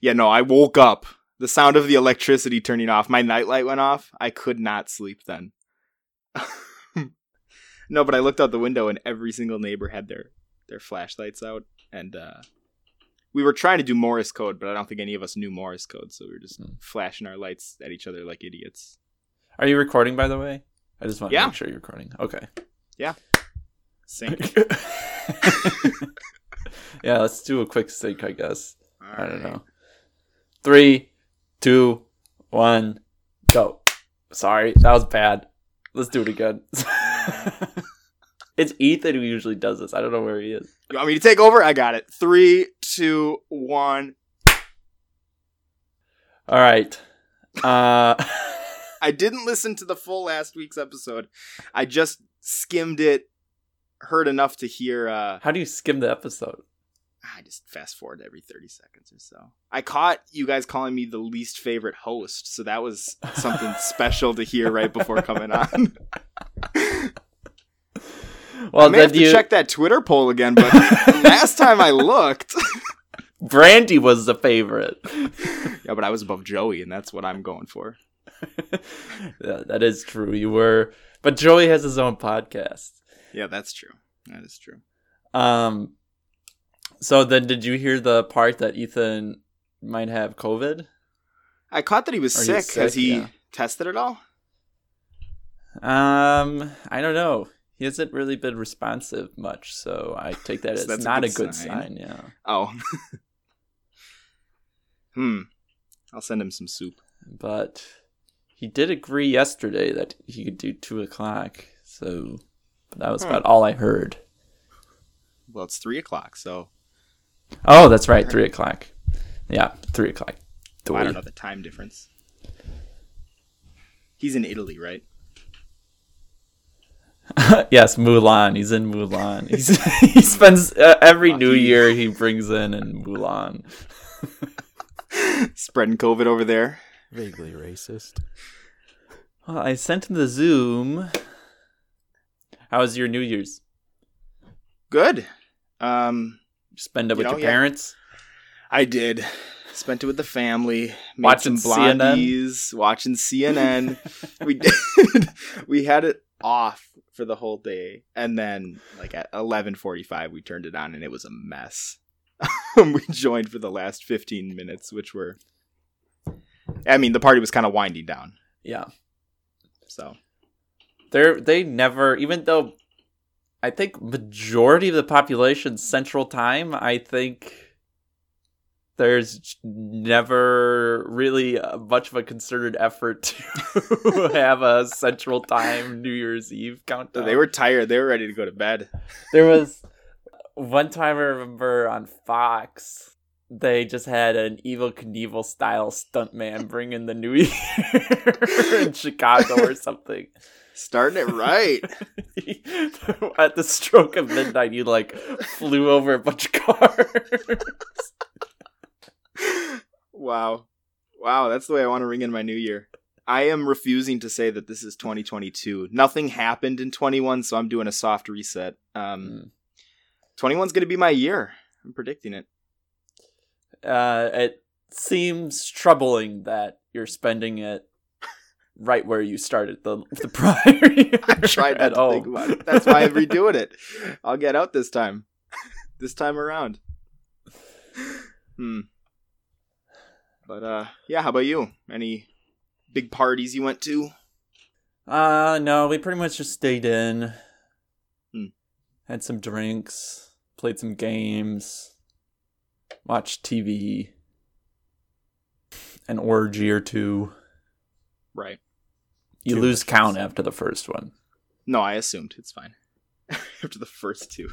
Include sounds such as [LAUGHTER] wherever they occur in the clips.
Yeah, no, I woke up. The sound of the electricity turning off. My nightlight went off. I could not sleep then. [LAUGHS] no, but I looked out the window and every single neighbor had their their flashlights out and uh we were trying to do Morse code, but I don't think any of us knew Morse code, so we were Hmm. just flashing our lights at each other like idiots. Are you recording, by the way? I just want to Yeah. make sure you're recording. [LAUGHS] Okay. [LAUGHS] Sync. yeah, let's do a quick sync, I guess. All [LAUGHS] I don't right. know. Three, two, one, go. Sorry, that was bad. Let's do it again. [LAUGHS] it's Ethan who usually does this. I don't know where he is. You want me to take over? I got it. Three, two, one. All right. Uh, [LAUGHS] I didn't listen to the full last week's episode. I just skimmed it, heard enough to hear. Uh, how do you skim the episode? I just fast forward every 30 seconds or so. I caught you guys calling me the least favorite host, so that was [LAUGHS] something special to hear right before [LAUGHS] coming on. I Well, may have then to you. [LAUGHS] check that Twitter poll again, but [LAUGHS] last time I looked. Brandy was the favorite. [LAUGHS] yeah, but I was above Joey, and that's what I'm going for. Yeah, that is true. You were, but Joey has his own podcast. Yeah, that's true. That is true. Um, so then, did you hear the part that Ethan might have COVID? I caught that he was Or he sick. was Has sick, he yeah. tested at all? Um, I don't know. He hasn't really been responsive much, so I take [LAUGHS] that So as that's a not good a good sign. sign. Yeah. Oh. [LAUGHS] hmm. I'll send him some soup. But he did agree yesterday that he could do two o'clock. So but that was Hmm. about all I heard. Well, it's three o'clock, so Oh, that's right, three o'clock. Yeah, three o'clock. I don't Three. know the time difference. He's in Italy, right? [LAUGHS] yes, Mulan. He's in Mulan. [LAUGHS] He's, he spends uh, every New Lucky. Year he brings in in Mulan. Spreading COVID over there. Vaguely racist. Well, I sent him the Zoom. How was your New Year's? Good. Um, Spend it You with know, your yeah. parents? I did. Spent it with the family, made Watching some CNN? blondies, watching CNN. we [LAUGHS] did. We had it off for the whole day, and then like at eleven forty-five, we turned it on, and it was a mess. [LAUGHS] we joined for the last fifteen minutes, which were, I mean, the party was kind of winding down. Yeah. So They're they never even though I think majority of the population central time, I think there's j- never really uh, much of a concerted effort [LAUGHS] to [LAUGHS] have a central time New Year's Eve countdown. they were tired. They were ready to go to bed. there was one time I remember on Fox they just had an evil Knievel style stuntman bring in the New [LAUGHS] Year in Chicago [LAUGHS] or something. [LAUGHS] Starting it right. At the stroke of midnight, you like flew over a bunch [LAUGHS] of cars. wow. Wow, that's the way I want to ring in my new year. I am refusing to say that this is 2022. Nothing happened in 21, so I'm doing a soft reset. Mm. Um, 21's going to be my year. I'm predicting it. Uh, it seems troubling that you're spending it right where you started the the prior year. I tried not at to all. think about it. That's why I'm redoing it. I'll get out this time. [LAUGHS] this time around. Hmm. But uh, yeah. How about you? Any big parties you went to? Uh no, we pretty much just stayed in. Hmm. Had some drinks, played some games, watched TV, an orgy or two. Right. You Two lose count after the [LAUGHS] first one. No, I assumed it's fine. [LAUGHS] After the first two.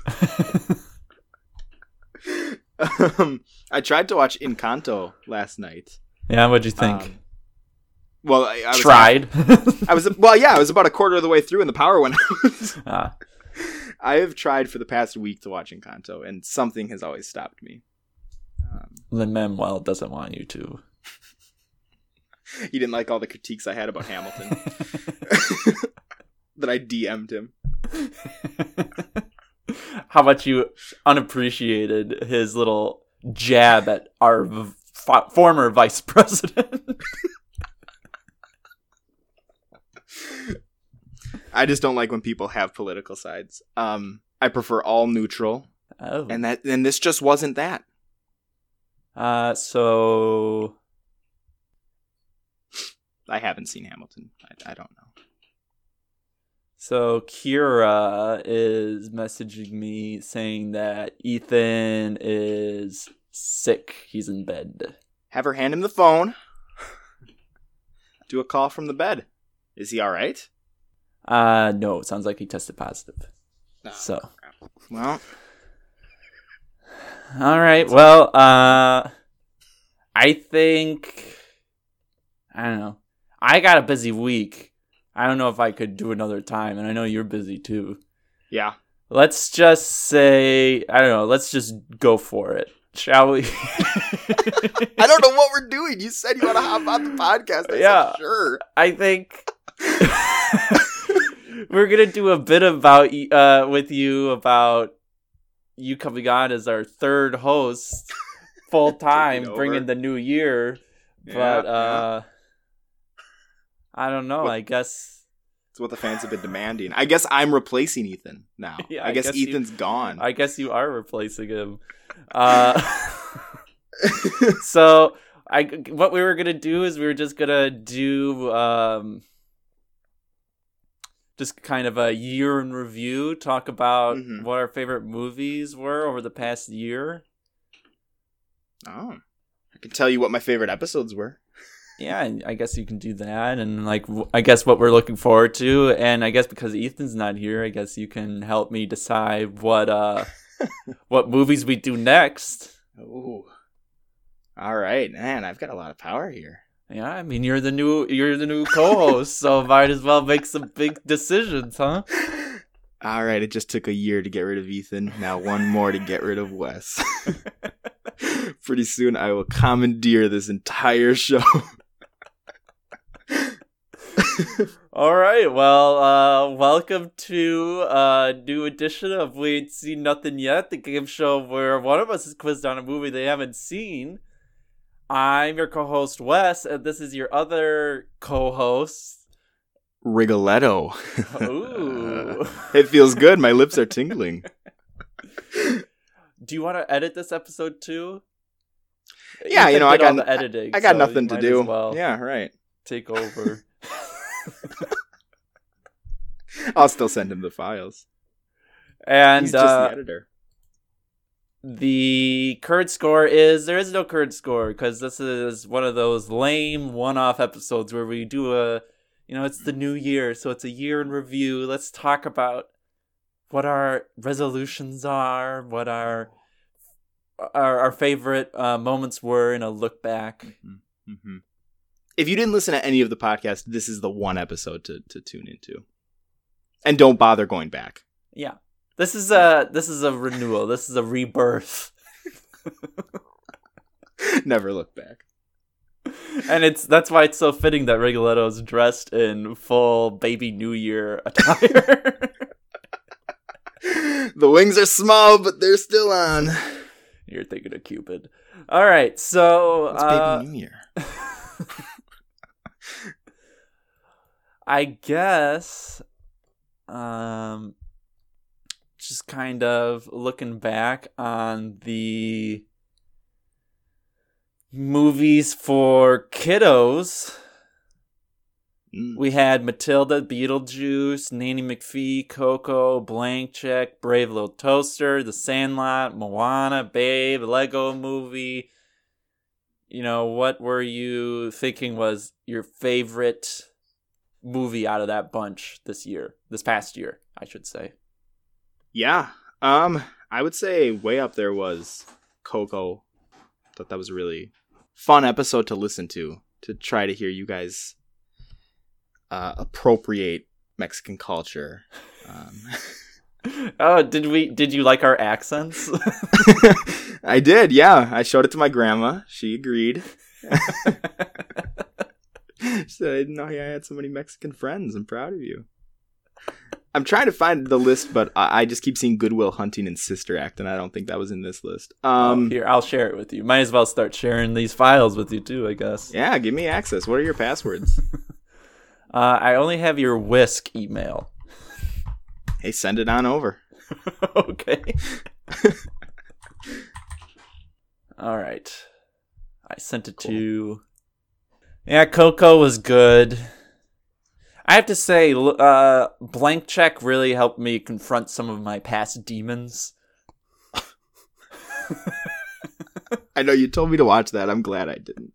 um, I tried to watch Encanto last night. yeah, what'd you think? Um, Well, I, I was tried. [LAUGHS] I was well, yeah, I was about a quarter of the way through, and the power went out. [LAUGHS] Ah. I have tried for the past week to watch Encanto, and something has always stopped me. Um, Lin Manuel doesn't want you [LAUGHS] to. he didn't like all the critiques I had about Hamilton that I DM'd him. How much you unappreciated his little jab at our v- fo- former vice president? I just don't like when people have political sides. Um, I prefer all neutral, oh. and that and this just wasn't that. uh, so I haven't seen Hamilton. I, I don't know. So Kira is messaging me saying that Ethan is sick. He's in bed. Have her hand him the phone. Do a call from the bed. Is he all right? Uh no, it sounds like he tested positive. So Well, all right. Well, uh I think I don't know. I got a busy week. I don't know if I could do another time, and I know you're busy too. yeah. Let's just say I don't know, let's just go for it. [LAUGHS] Shall we? I don't know what we're doing. You said you want to hop on the podcast. I Yeah. said, sure. I think [LAUGHS] we're gonna do a bit about y- uh, with you about you coming on as our third host [LAUGHS] full time, over. bringing the new year. Yeah, But yeah. uh, I don't know. Well- I guess it's what the fans have been demanding. I guess I'm replacing Ethan [LAUGHS] now. Yeah, I, I guess, guess you- Ethan's gone. I guess you are replacing him. Uh, [LAUGHS] so I what we were gonna do is we were just gonna do um, just kind of a year in review, talk about Mhm. what our favorite movies were over the past year. oh, I can tell you what my favorite episodes were. Yeah, and I guess you can do that, and like w- I guess what we're looking forward to, and I guess because Ethan's not here, I guess you can help me decide what uh what movies we do next. Ooh. All right, man. I've got a lot of power here. Yeah, I mean you're the new you're the new co-host, [LAUGHS] so might as well make some big decisions, huh? All right, it just took a year to get rid of Ethan. Now one more to get rid of Wes. [LAUGHS] Pretty soon I will commandeer this entire show. All right, well, uh, welcome to uh, new edition of We Ain't Seen Nothing Yet, the game show where one of us is quizzed on a movie they haven't seen. I'm your co-host Wes, and this is your other co-host. [LAUGHS] Rigoletto. Ooh, it feels good. My lips are tingling. do you want to edit this episode too? Yeah, you Ethan know, I did all got- the editing. I got so you nothing to might do. as well Yeah, right. take over. I'll still send him the files. And He's just uh, the editor. the current score is there is no current score because this is one of those lame one-off episodes where we do a, you know, it's the new year, so it's a year in review. Let's talk about what our resolutions are, what our our, our favorite uh, moments were in a look back. hmm If you didn't listen to any of the podcast, this is the one episode to, to tune into. And don't bother going back. [LAUGHS] This is a this is a renewal. This is a rebirth. [LAUGHS] Never look back. And it's that's why it's so fitting that Rigoletto's dressed in full baby New Year attire. [LAUGHS] the wings are small, but they're still on. You're thinking of Cupid. All right, so It's uh, Baby New Year. I guess, um, just kind of looking back on the movies for kiddos. Mm. We had Matilda, Beetlejuice, Nanny McPhee, Coco, Blank Check, Brave Little Toaster, The Sandlot, Moana, Babe, Lego Movie. You know, what were you thinking was your favorite movie out of that bunch this year? This past year, I should say. [LAUGHS] Yeah. Um, I would say way up there was Coco. Thought that was a really fun episode to listen to to try to hear you guys uh, appropriate Mexican culture. Um, Oh, did we? Did you like our accents? [LAUGHS] [LAUGHS] I did, yeah. I showed it to my grandma. She agreed. she said, I didn't know I had so many Mexican friends. I'm proud of you. I'm trying to find the list, but I, I just keep seeing Goodwill Hunting and Sister Act, and I don't think that was in this list. Um, Here, I'll share it with you. Might as well start sharing these files with you too. I guess. yeah, give me access. What are your passwords? Uh, I only have your whisk email. hey, send it on over. [LAUGHS] okay. All right. I sent it to to. Yeah, Coco was good. I have to say, l- uh, Blank Check really helped me confront some of my past demons. I know you told me to watch that. I'm glad I didn't.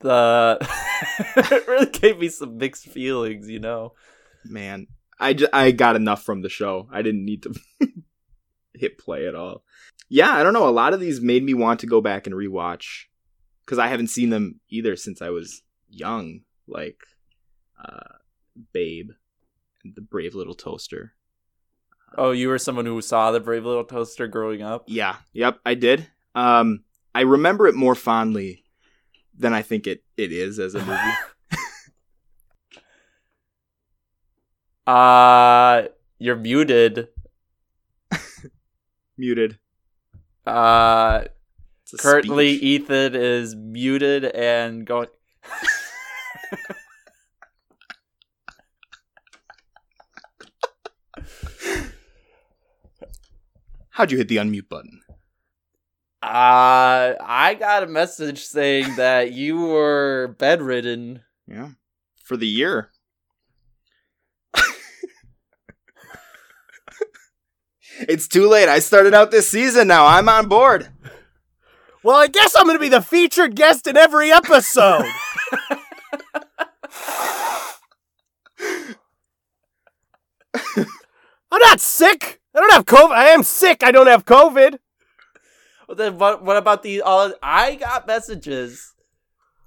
The [LAUGHS] it really gave me some mixed feelings, you know. Man, I, ju- I got enough from the show. I didn't need to [LAUGHS] hit play at all. Yeah, I don't know. A lot of these made me want to go back and rewatch because I haven't seen them either since I was young, like uh, Babe and the Brave Little Toaster. Oh, you were someone who saw the Brave Little Toaster growing up. Yeah, yep, I did. Um, I remember it more fondly than I think it, it is as a movie. Uh, you're muted. Muted. Uh, It's a currently speech. Ethan is muted and going. How'd you hit the unmute button? Uh, I got a message saying that you were bedridden. Yeah. For the year. it's too late. I started out this season now. I'm on board. Well, I guess I'm going to be the featured guest in every [LAUGHS] episode. I'm not sick. I don't have COVID. I am sick. I don't have COVID. Well, then what? What about the all? I got messages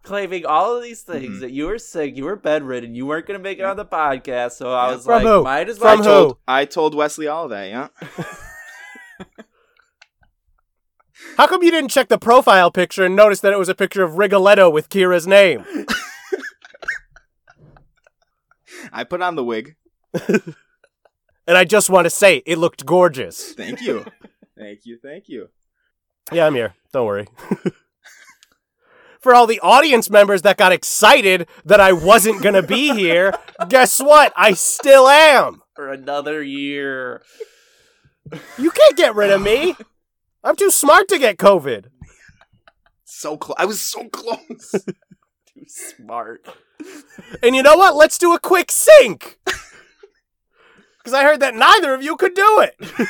claiming all of these things Mhm. Mm-hmm. that you were sick, you were bedridden, you weren't going to make it on the podcast. So I Yeah. was like, From who? might as well. From I who? told, I told Wesley all that, yeah. How come you didn't check the profile picture and notice that it was a picture of Rigoletto with Kira's name? I put on the wig. And I just want to say, it looked gorgeous. Thank [LAUGHS] you. thank you. Thank you. Yeah, I'm here. Don't worry. [LAUGHS] For all the audience members that got excited that I wasn't going to be here, guess what? I still am. for another year. You can't get rid of me. I'm too smart to get COVID. So close. I was so close. Too smart. And you know what? Let's do a quick sync. Because I heard that neither of you could do it.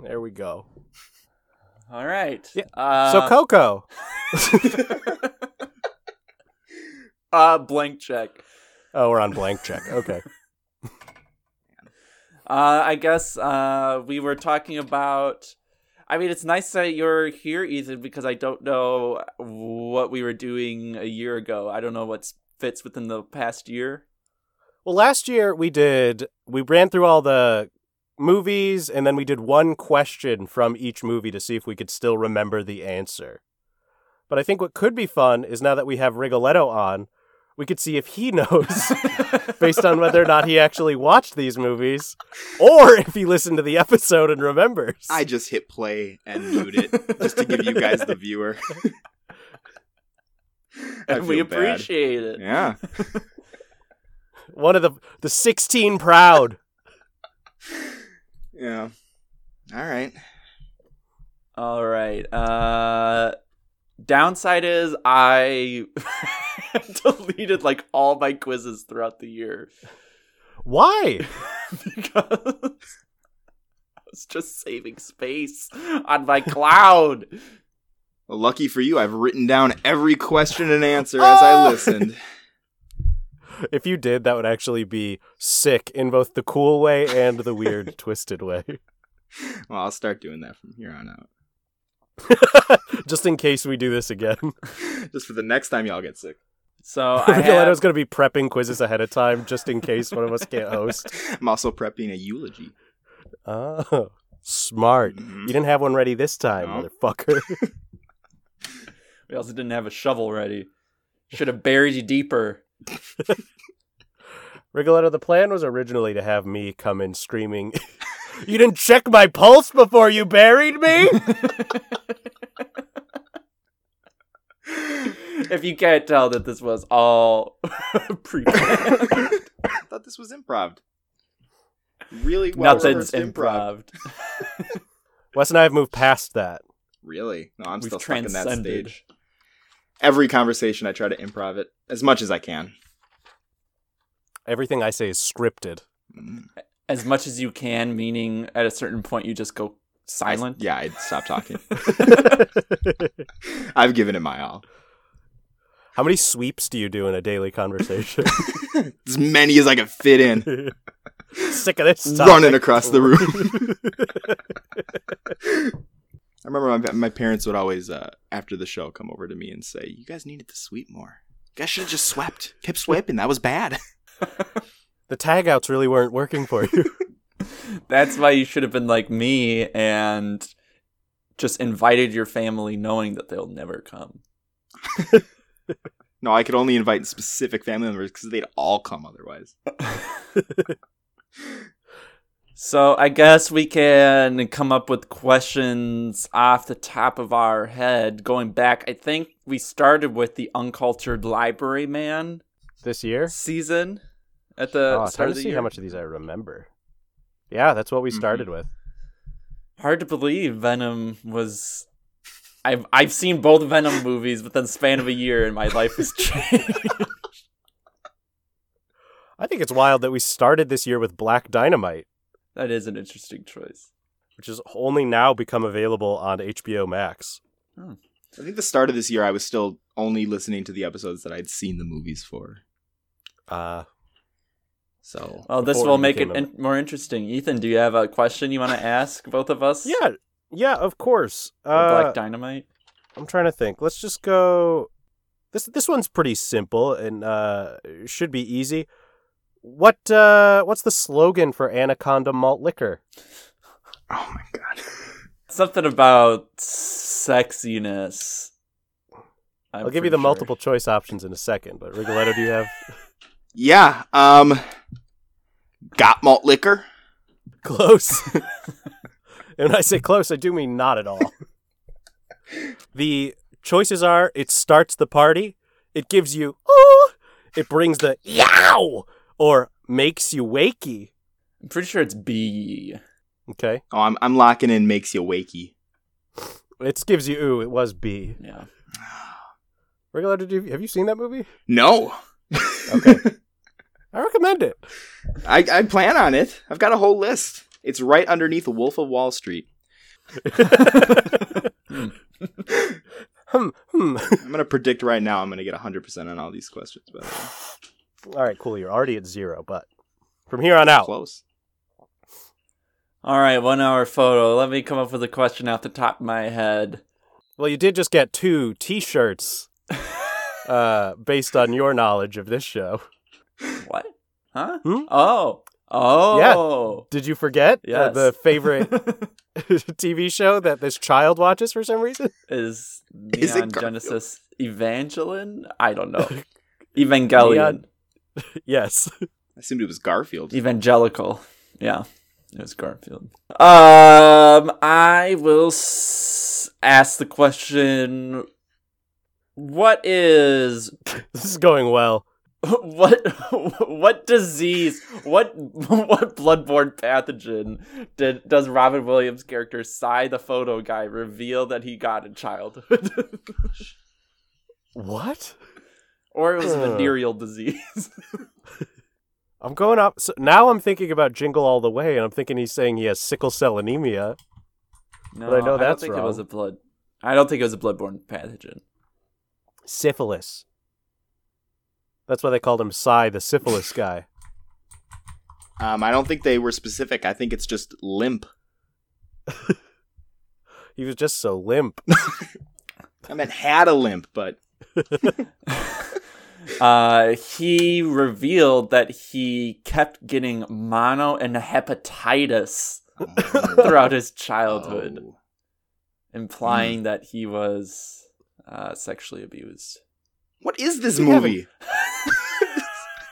there we go. All right. Yeah. Uh, so, Coco. uh, blank check. Oh, we're on blank check. Okay. Uh, I guess uh, we were talking about. I mean, it's nice that you're here, Ethan, because I don't know what we were doing a year ago. I don't know what fits within the past year. Well, last year we did, we ran through all the movies and then we did one question from each movie to see if we could still remember the answer. But I think what could be fun is now that we have Rigoletto on, we could see if he [LAUGHS] knows [LAUGHS] based on whether or not he actually watched these movies or if he listened to the episode and remembers. I just hit play [LAUGHS] and mute it just to give you [LAUGHS] guys the viewer. [LAUGHS] [LAUGHS] I and we feel bad. appreciate it. Yeah. One of the the 16 proud. Yeah. All right. All right. Uh, downside is I [LAUGHS] deleted like all my quizzes throughout the year. Why? [LAUGHS] because I was just saving space on my cloud. Well, lucky for you, I've written down every question and answer as I Oh! listened. If you did, that would actually be sick in both the cool way and [LAUGHS] the weird twisted way. [LAUGHS] Well, I'll start doing that from here on out. [LAUGHS] Just in case we do this again. Just for the next time y'all get sick. [LAUGHS] So [LAUGHS] I I had, was going to be prepping quizzes ahead of time just in case one of us can't host. [LAUGHS] I'm also prepping a eulogy. Oh, smart. You Mhm. didn't have one ready this time, No. motherfucker. we also didn't have a shovel ready. Should have buried you deeper. [LAUGHS] Rigoletto, the plan was originally to have me come in screaming, You didn't check my pulse before you [LAUGHS] buried me? if you can't tell that this was all [LAUGHS] pre I thought this was improv. Really well nothing's rehearsed improv. improv. Wes and I have moved past that. Really? No, I'm We've still stuck in that transcended. stage. Every conversation, I try to improv it as much as I can. Everything I say [LAUGHS] is scripted. Mm. As much as you can, meaning at a certain point you just go silent. Yeah, I'd stop talking. [LAUGHS] I've given it my all. [LAUGHS] How many sweeps do you do in a [LAUGHS] daily conversation? As many as I can fit in. Sick of this stuff. Running across the room. I remember my, my parents would always, uh, after the show, come over to me and say, You guys needed to sweep more. You guys should have just swept. Kept sweeping. That was bad. [LAUGHS] [LAUGHS] The tagouts really weren't working for you. [LAUGHS] That's why you should have been like me and just invited your family knowing that they'll never come. No, I could only invite specific family members because they'd all come otherwise. So I guess we can come up with questions off the top of our head. Going back, I think we started with the uncultured library man this year? season at the oh, start trying of to the see year. Mm-hmm. how much of these I remember. Yeah, that's what we Mhm. started with. Hard to believe Venom was. I've I've seen both [LAUGHS] Venom movies within the span of a year, and my life has changed. I think it's wild that we started this year with Black Dynamite, that is an interesting choice. which has only now become available on HBO Max. I think the start of this year, I was still only listening to the episodes that I'd seen the movies for. Uh, So Well, this Before will we make it became a- in- more interesting. Ethan, do you have a question you want to ask both of us? yeah, yeah, of course. For Uh, Black Dynamite. I'm trying to think. Let's just go. This this one's pretty simple and uh, should be easy. What uh, what's the slogan for Anaconda Malt Liquor? Oh my god. Something about sexiness. i I'll give you the multiple choice options in a second. But Rigoletto, do you have Yeah. Um got malt liquor. Close. [LAUGHS] and when I say close, I do mean not at all. the choices are it starts the party, it gives you ooh, it brings the yow, or makes you wakey. I'm pretty sure it's B. Okay. Oh, I'm I'm locking in makes you wakey. It gives you ooh, it was B. Yeah. Regular did you have you seen that movie? No. Okay. I recommend it. [LAUGHS] [LAUGHS] I, I plan on it. I've got a whole list. It's right underneath Wolf of Wall Street. Hmm, hmm. I'm gonna predict right now I'm gonna get hundred percent on all these questions, by the way. All right, cool. You're already at zero, but from here on out, Close. All right, one hour photo. Let me come up with a question off the top of my head. [LAUGHS] Well, you did just get two T-shirts, uh, based on your knowledge of this show. What? Huh? Hmm? Oh. Oh. Did you forget uh, Yes. the [LAUGHS] favorite TV show that this child watches for some reason? [LAUGHS] Is Neon Is it Garfield? Genesis Evangelion? I don't [LAUGHS] know. Evangelion. Neon- yes. I assumed it was Garfield. evangelical. Yeah, it was Garfield. Um, I will s- ask the question: What is [LAUGHS] This is going well. what [LAUGHS] what disease what [LAUGHS] what bloodborne pathogen did does Robin Williams' character Cy the photo guy reveal that he got in childhood, [LAUGHS] What? or it was Huh. venereal disease? [LAUGHS] I'm going up. So now I'm thinking about Jingle All the Way, and I'm thinking he's saying he has sickle cell anemia. No, But I know don't that's think it wrong. was a blood. I don't think it was a bloodborne pathogen. Syphilis. That's why they called him Psy, the syphilis guy. Um, I don't think they were specific. I think it's just limp. He was just so limp. I meant had a limp, but uh, he revealed that he kept getting mono [LAUGHS] and hepatitis Oh, throughout his childhood, Oh. implying that he was uh, sexually abused. What is this We movie?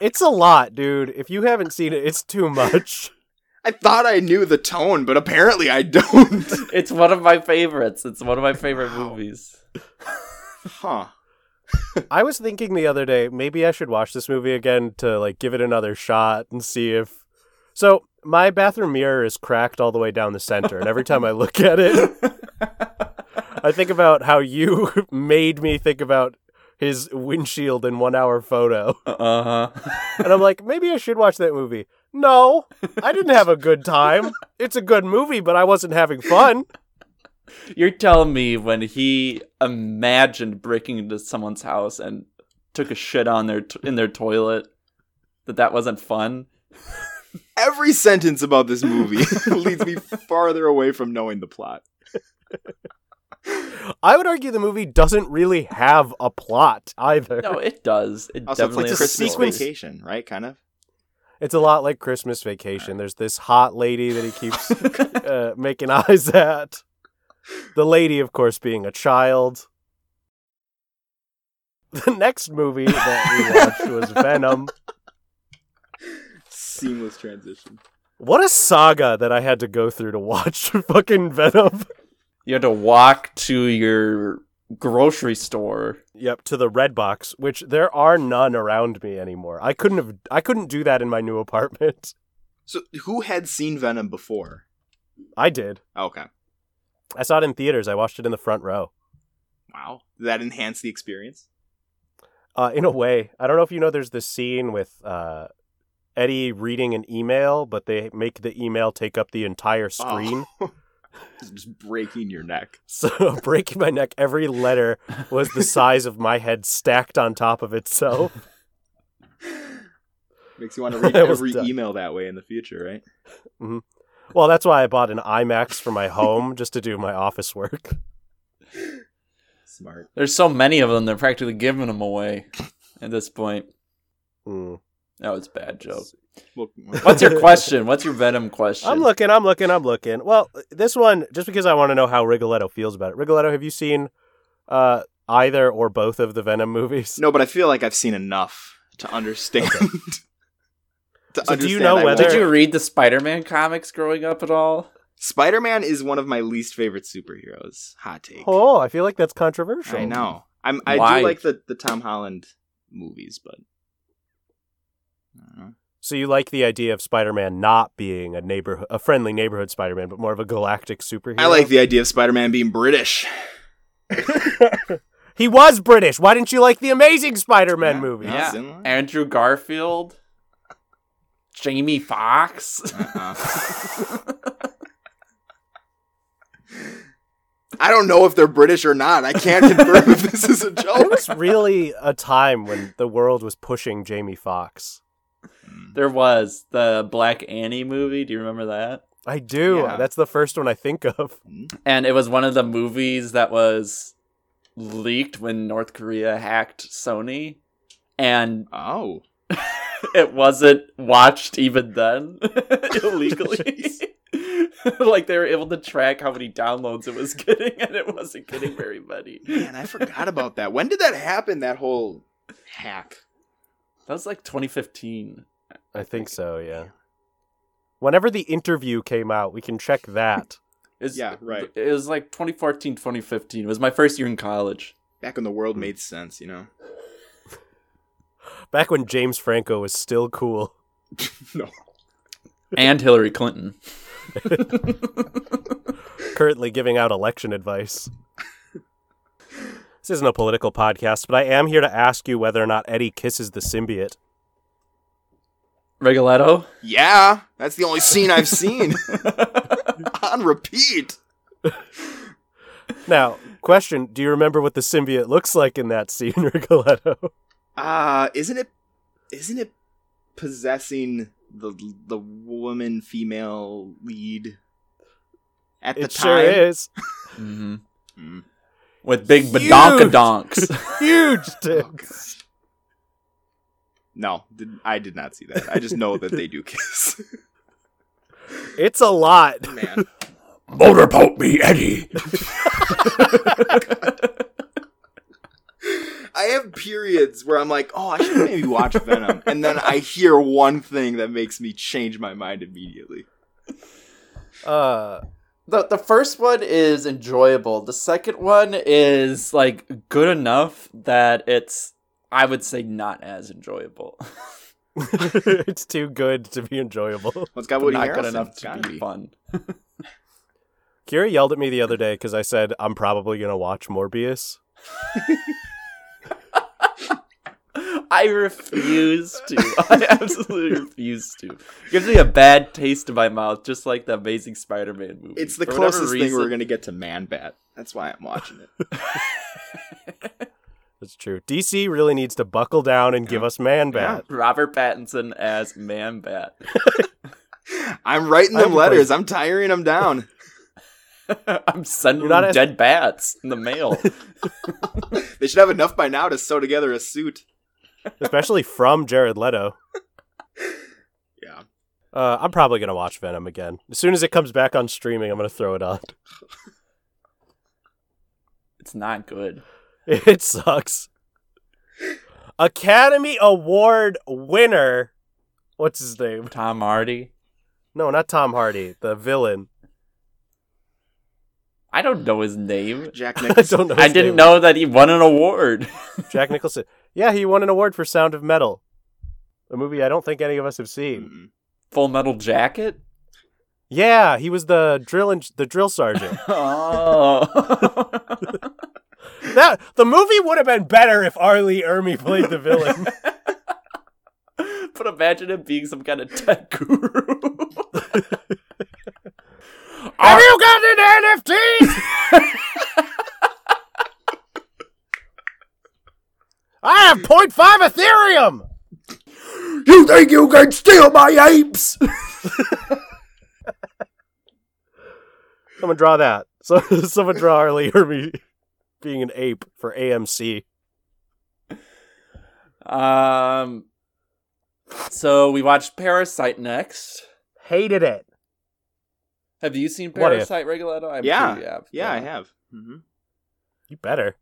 It's a lot, dude. If you haven't seen it, it's too much. I thought I knew the tone, but apparently I don't. [LAUGHS] It's one of my favorites. It's one of my favorite Wow. movies. huh. I was thinking the other day, maybe I should watch this movie again to like give it another shot and see if. So my bathroom mirror is cracked all the way down the center, and every time I look at it, I think about how you [LAUGHS] made me think about his windshield in one hour photo, Uh Uh-huh. huh. and I'm like, maybe I should watch that movie. No, I didn't have a good time. It's a good movie, but I wasn't having fun. [LAUGHS] You're telling me when he imagined breaking into someone's house and took a shit on their t- in their toilet that that wasn't fun? Every sentence about this movie [LAUGHS] leads me farther away from knowing the plot. I would argue the movie doesn't really have a plot either. No, it does. It Also, it's definitely like has a Christmas story. sequence. vacation, right? Kind of. It's a lot like Christmas Vacation. There's this hot lady that he [LAUGHS] keeps uh, making eyes at. The lady, of course, being a child. The next movie that we watched was Venom. Seamless transition. What a saga that I had to go through to watch [LAUGHS] fucking Venom. You had to walk to your grocery store. Yep, to the red box, which there are none around me anymore. I couldn't have I couldn't do that in my new apartment. [LAUGHS] So, who had seen Venom before? I did. Okay. I saw it in theaters. I watched it in the front row. Wow. Did that enhance the experience? Uh, in a way, I don't know if you know. There's this scene with uh, Eddie reading an email, but they make the email take up the entire screen. [LAUGHS] Oh. Just breaking your neck. So breaking my neck, every letter was the size of my head stacked on top of itself. Makes you want to read I was every done. email that way in the future, right? Well, that's why I bought an IMAX for my home just to do my office work. [LAUGHS] Smart. There's so many of them; they're practically giving them away at this point. Mm. That was a bad joke. [LAUGHS] Well, What's your question? What's your venom question? I'm looking, I'm looking, I'm looking. Well, this one, just because I want to know how Rigoletto feels about it. Rigoletto, have you seen uh, either or both of the Venom movies? no, but I feel like I've seen enough to understand. [LAUGHS] to So do you know I whether- Did won't- you read the Spider-Man comics growing up at all? Spider-Man is one of my least favorite superheroes. Hot take. Oh, I feel like that's controversial. I know. I'm. I Why? do like the the Tom Holland movies, but. I don't know. So you like the idea of Spider-Man not being a neighborhood, a friendly neighborhood Spider-Man, but more of a galactic superhero. I like the idea of Spider-Man being British. he was British. Why didn't you like the Amazing Spider-Man Yeah. movie? [LAUGHS] Yeah. Yeah. Sandlot? Andrew Garfield, Jamie Fox. Uh-uh. I don't know if they're British or not. I can't confirm if this is a joke. It's really a time when the world was pushing Jamie Fox. there was the Black Annie movie. Do you remember that? I do. Yeah. That's the first one I think of. And it was one of the movies that was leaked when North Korea hacked Sony, and Oh. it wasn't watched even then [LAUGHS] illegally. [LAUGHS] like they were able to track how many downloads it was [LAUGHS] getting, and it wasn't getting very many. Man, I forgot about that. When did that happen, that whole hack? That was like 2015. I think so. Yeah. Whenever the interview came out, we can check that. It's, Yeah, right. It was like 2014, 2015. It was my first year in college. Back when the world made sense, you know? Back when James Franco was still cool. no. And Hillary Clinton. currently giving out election advice. this isn't a political podcast, but I am here to ask you whether or not Eddie kisses the symbiote. Rigoletto? Yeah, that's the only scene I've [LAUGHS] seen. On repeat. Now, question Do you remember what the symbiote looks like in that scene, [LAUGHS] Rigoletto? Uh, isn't it isn't it possessing the the woman female lead at the It sure time? is. hmm Mm. With big Huge. [LAUGHS] badonkadonks. Huge dick. Oh, God. No, did, I did not see that. I just know that they [LAUGHS] do kiss. It's a lot. Man, Motorboat me, Eddie. [LAUGHS] I have periods where I'm like, oh, I should maybe watch Venom, and then I hear one thing that makes me change my mind immediately. [LAUGHS] Uh, [LAUGHS] [LAUGHS] The the first one is enjoyable. The second one is like good enough that it's I would say not as enjoyable. it's too good to be enjoyable. Well, it's got But Woody not Harrelson. good enough It's to gotta be, fun. Kira yelled at me the other day because I said I'm probably gonna watch Morbius. I refuse to. [LAUGHS] I absolutely refuse to. gives me a bad taste in my mouth, just like the Amazing Spider-Man movie. It's the For whatever closest thing reason- we're gonna get to Man Bat. That's why I'm watching [LAUGHS] it. That's true. DC really needs to buckle down and give us Man Bat. Robert Pattinson as Man Bat. [LAUGHS] I'm writing I have them a question. letters. I'm tiring them down. I'm sending You're not them as- dead bats in the mail. [LAUGHS] They should have enough by now to sew together a suit. especially from [LAUGHS] Jared Leto. Yeah. Uh, I'm probably gonna watch Venom again as soon as it comes back on streaming. I'm gonna throw it on. [LAUGHS] it's not good. It sucks. Academy Award winner. What's his name? Tom Hardy. No, not Tom Hardy, the villain. [LAUGHS] I don't know [LAUGHS] his name. [LAUGHS] Jack I Nicholson. don't know. I his didn't name. know that he won an award. [LAUGHS] Jack Nicholson. Yeah, he won an award for Sound of Metal, a movie I don't think any of us have seen. Mm-mm. Full Metal [LAUGHS] Jacket. Yeah, he was the drill and the [LAUGHS] drill sergeant. Oh, [LAUGHS] that the movie would have been better if Arlie Ermy played the villain. but imagine him being some kind of tech guru. [LAUGHS] have you got an NFT? [LAUGHS] I have 0.5 Ethereum. You think you can steal my apes? [LAUGHS] Someone draw that. So [LAUGHS] someone draw Arlie Ermy being an ape for AMC. um, so we watched Parasite next. Hated it. Have you seen What if? Parasite, Regalado? I'm Yeah. sure you have. Yeah, I have. hmm You better.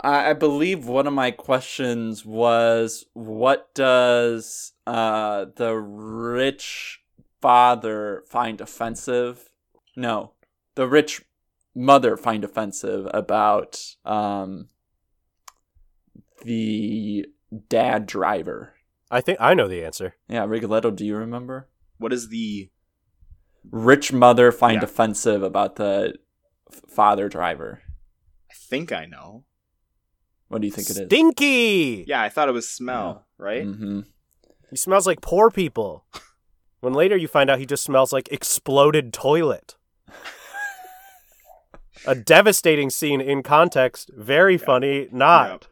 I, I believe one of my questions was what does uh, the rich father find offensive? No, the rich mother find offensive about um, the dad driver. I think I know the answer. Yeah, Rigoletto, do you remember? What is the? Rich mother find Yeah. offensive about the f- father driver. I think I know. What do you think it is? Stinky. Yeah, I thought it was smell. Right. Mm-hmm. He smells like poor people. When later you find out he just smells like exploded toilet. A devastating scene in context. Very funny. Not.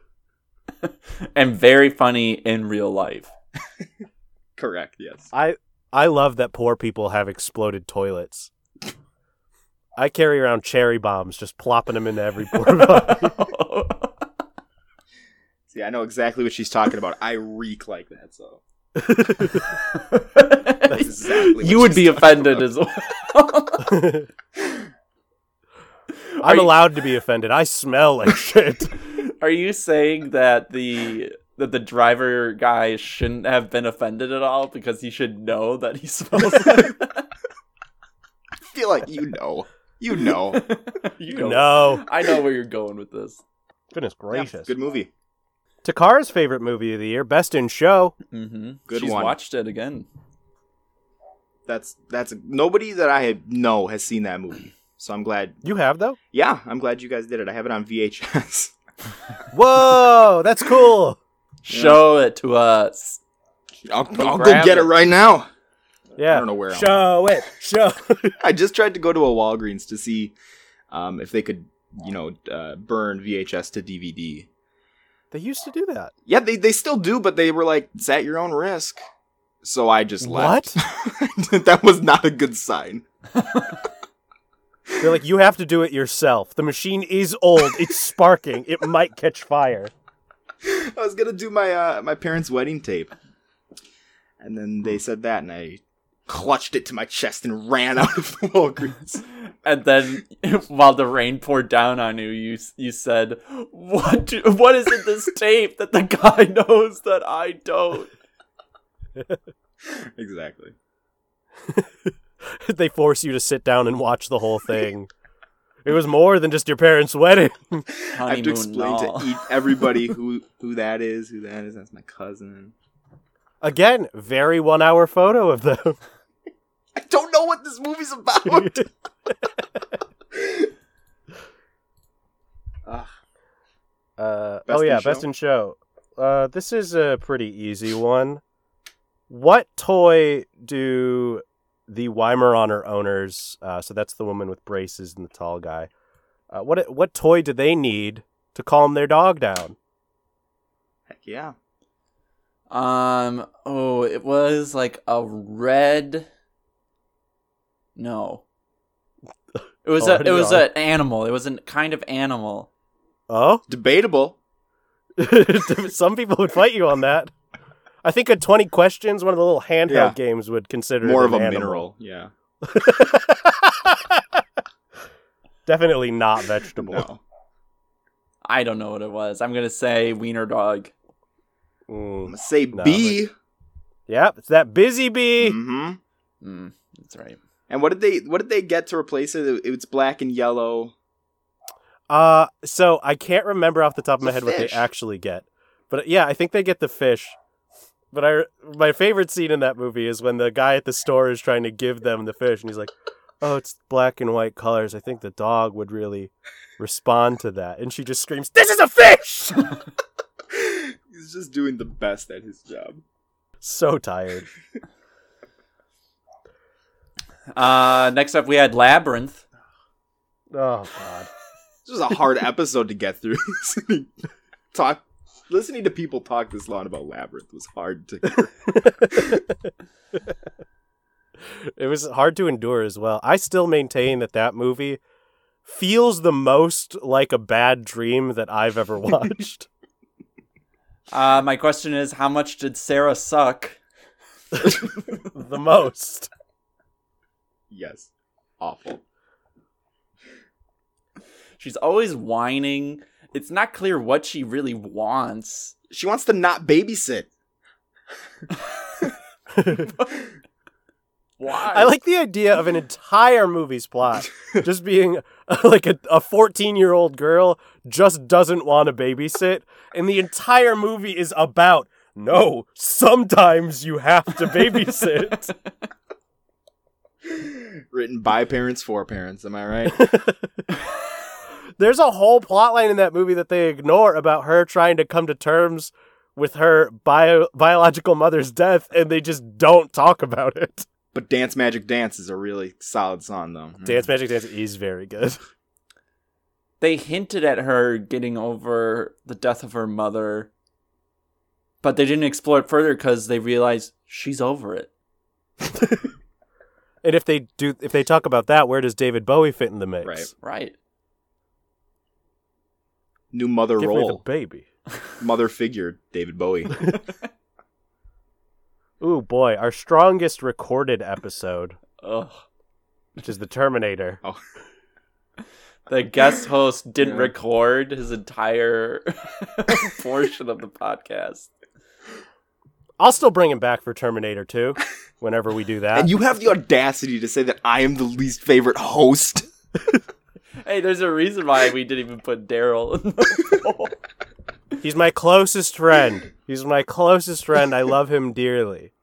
Yep. And very funny in [LAUGHS] real life. [LAUGHS] Correct. Yes. I I love that poor people have exploded toilets. I carry around cherry bombs, just plopping them into every [LAUGHS] poor body. See, I know exactly what she's talking about. I reek like that. So exactly what you would she's be talking offended about. as well. [LAUGHS] I'm you- allowed to be offended. I smell like shit. Are you saying that the that the driver guy shouldn't have been offended at all because he should know that [LAUGHS] he smells like that? I feel like you know. You [LAUGHS] know. you know. no. I know where you're going with this. Goodness Yeah, gracious. good movie. Takara's favorite movie of the year, Best in Show. Mm-hmm. Good She's one. watched it again. That's that's nobody that I know has seen that movie. So I'm glad. You have though? Yeah, I'm glad you guys did it. I have it on VHS. Whoa, that's cool. Show it to us. [LAUGHS] I'll, Go I'll go grab get it. it. right now. Yeah. I don't know where. I'm- Show it. Show. I just tried to go to a Walgreens to see um, if they could, you know, uh, burn VHS to DVD. they used to do that. Yeah, they they still do, but they were like, it's at your own risk. So I just left. What? [LAUGHS] that was not a good sign. They're like, you have to do it yourself. The machine is old. It's sparking. It might catch fire. [LAUGHS] I was gonna do my uh, my parents' wedding tape, and then they said that, and I clutched it to my chest and ran [LAUGHS] out of the Walgreens. [LAUGHS] And then, [LAUGHS] while the rain poured down on you, you you said, "What? Do, what is in this tape that the guy [LAUGHS] knows that I don't?" exactly. they force you to sit down and watch the whole thing. It was more than just your parents' wedding. I have to Honeymoon explain Knoll. to eat [LAUGHS] everybody who who that is, who that is. That's my cousin. Again, very one hour photo of them. I don't know what this movie's [LAUGHS] about. Ugh. Uh, Best oh, in yeah, show? best in show. Uh, this is a pretty easy one. What toy do the Weimar Honor owners, uh, so that's the woman with braces and the tall guy, uh, what, what toy do they need to calm their dog down? heck yeah. Um. Oh, it was like a red. No. It was a. Already It was on. an animal. It was a kind of animal. Oh? [LAUGHS] Debatable. Some people would fight you on that. I think a 20 questions, one of the little handheld Yeah. games would consider it More an of a animal. mineral. Yeah. [LAUGHS] Definitely not vegetable. No. I don't know what it was. I'm gonna say wiener dog. I'm Mm. gonna say No, B. Yep, it's that busy bee. hmm Mm, that's right. And what did they what did they get to replace it? It- It's black and yellow. Uh, so I can't remember off the top of my It's a head what they fish. actually get, but yeah, I think they get the fish. But I, my favorite scene in that movie is when the guy at the store is trying to give them the fish, and he's like, "Oh, it's black and white colors. I think the dog would really respond to that." And she just screams, "This is a fish!" [LAUGHS] He's just doing the best at his job. so tired. Uh. Next up, we had labyrinth. Oh God. This was a [LAUGHS] hard episode to get through. Listening- talk listening to people talk this long about Labyrinth was hard to [LAUGHS] hear. [LAUGHS] it was hard to endure as well. I still maintain that that movie feels the most like a bad dream that I've ever watched. Uh. My question is, how much did Sarah suck? the most. Yes. Awful. She's always whining. It's not clear what she really wants. She wants to not [LAUGHS] babysit. Why? I like the idea of an entire movie's plot just being uh, like a a 14 year old girl just doesn't want to babysit, and the entire movie is about no, sometimes you have to babysit. Written by parents for parents, am I right? [LAUGHS] There's a whole plot line in that movie that they ignore about her trying to come to terms with her bio- biological mother's death, and they just don't talk about it. but Dance Magic Dance is a really solid song though. Hmm. Dance Magic Dance is very good. they hinted at her getting over the death of her mother, but they didn't explore it further because they realized she's over it. [LAUGHS] And if they do, if they talk about that, where does David Bowie fit in the mix? Right. Right. New mother Give me the role. baby. mother figure, David [LAUGHS] Bowie. Ooh boy, our strongest recorded episode, Ugh. which is the Terminator. The guest host didn't Yeah. record his entire [LAUGHS] portion of the podcast. I'll still bring him back for Terminator 2 whenever we do that. and you have the audacity to say that I am the least favorite host. Hey, there's a reason why we didn't even put Daryl in the poll. He's my closest friend. He's my closest friend. I love him dearly.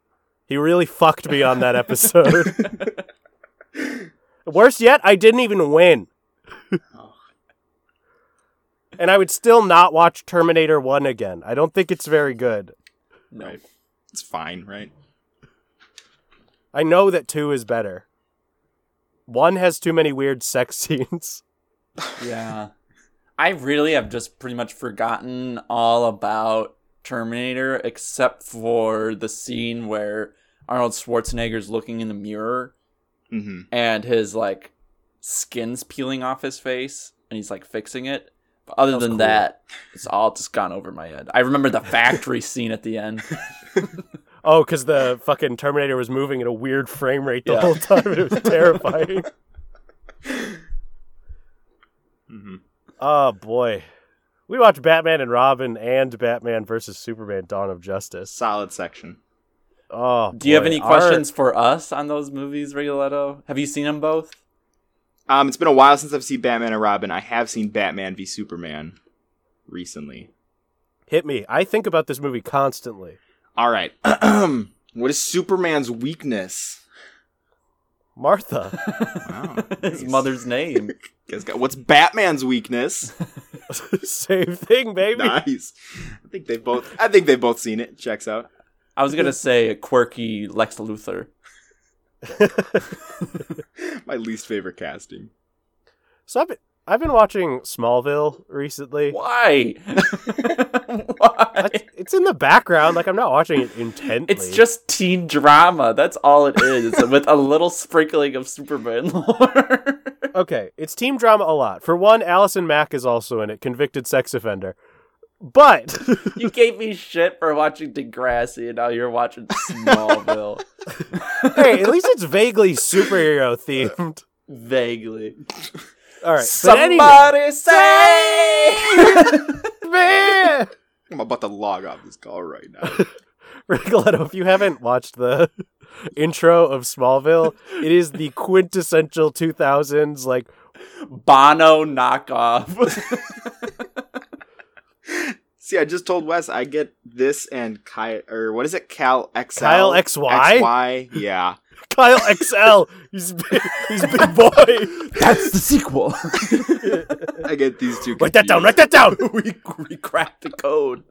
He really fucked me on that episode. Worse yet, I didn't even win. and I would still not watch Terminator 1 again. I don't think it's very good. No. Right. It's fine, right? I know that 2 is better. 1 has too many weird sex [LAUGHS] scenes. Yeah. I really have just pretty much forgotten all about Terminator except for the scene where Arnold Schwarzenegger's looking in the mirror Mm-hmm. and his like skin's peeling off his face and he's like fixing it. Other That was than cool. that, it's all just gone over my head. I remember the [LAUGHS] factory scene at the end. Oh, because the fucking Terminator was moving at a weird frame rate the Yeah. whole time. and It was terrifying. hmm oh boy, we watched Batman and Robin and Batman versus Superman: Dawn of Justice. Solid section. Oh, Do you have boy. any Our- questions for us on those movies, Rigoletto? Have you seen them both? [LAUGHS] Um, it's been a while since I've seen Batman and Robin. I have seen Batman v Superman recently. Hit me. I think about this movie constantly. All right. [CLEARS THROAT] what is Superman's weakness? Martha. [LAUGHS] [LAUGHS] Wow, His nice. mother's name. Guess got- What's Batman's [LAUGHS] weakness? Same thing, baby. nice. I think they both. I think they've both seen it. Checks out. I was [LAUGHS] gonna say a quirky Lex Luthor. My least favorite casting. [LAUGHS] So I've been, I've been watching Smallville recently. Why? [LAUGHS] Why? That's- It's in the background. Like I'm not watching it intently. It's just teen drama. That's all it is, with a little sprinkling of Superman [LAUGHS] lore. okay. It's team drama a lot. For one, Allison Mack is also in it, convicted sex offender. But [LAUGHS] you gave me shit for watching Degrassi, and now you're watching [LAUGHS] Smallville. hey, at least it's vaguely superhero themed. Vaguely. All right. But Somebody anyway, [LAUGHS] say. man, I'm about to log off this call right now. [LAUGHS] Rigoletto, if you haven't watched the [LAUGHS] intro of Smallville, it is the quintessential 2000s like Bono knockoff. See, I just told Wes I get this and Kyle or what is it? Cal XL. Kyle XY? XY. Yeah. Kyle XL. He's big, he's [LAUGHS] big boy. That's the sequel. I get these two. Write that down. confused. Write that down. [LAUGHS] we, we cracked the code.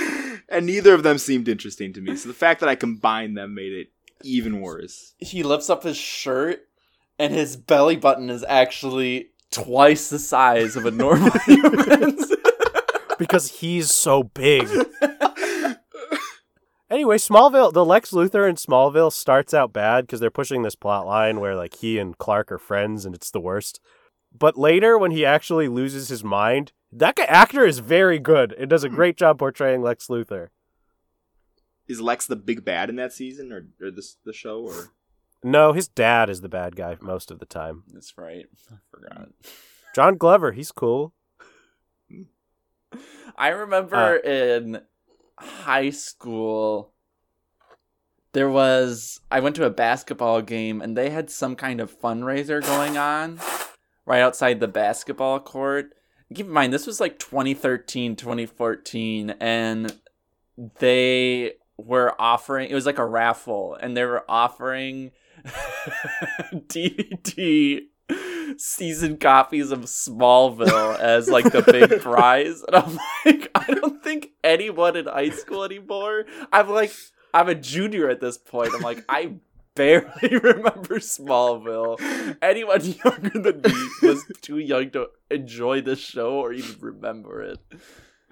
[LAUGHS] and neither of them seemed interesting to me. So the fact that I combined them made it even worse. He lifts up his shirt, and his belly button is actually twice the size of a [LAUGHS] normal human's. because he's so big. anyway, Smallville, the Lex Luthor in Smallville starts out bad because they're pushing this plot line where like he and Clark are friends and it's the worst. But later, when he actually loses his mind, that guy, actor is very good. It does a great job portraying Lex Luthor. Is Lex the big bad in that season or, or this the show or No, his dad is the bad guy most of the time. That's right. I forgot. John Glover, he's cool. I remember in high school there was I went to a basketball game and they had some kind of fundraiser going on right outside the basketball court. Keep in mind this was like 2013, 2014 and they were offering it was like a raffle and they were offering [LAUGHS] DVD season copies of Smallville as like the big prize. And I'm like, I don't think anyone in high school anymore. I'm like, I'm a junior at this point. I'm like, I barely [LAUGHS] remember Smallville. Anyone younger than me was too young to enjoy this show or even remember it.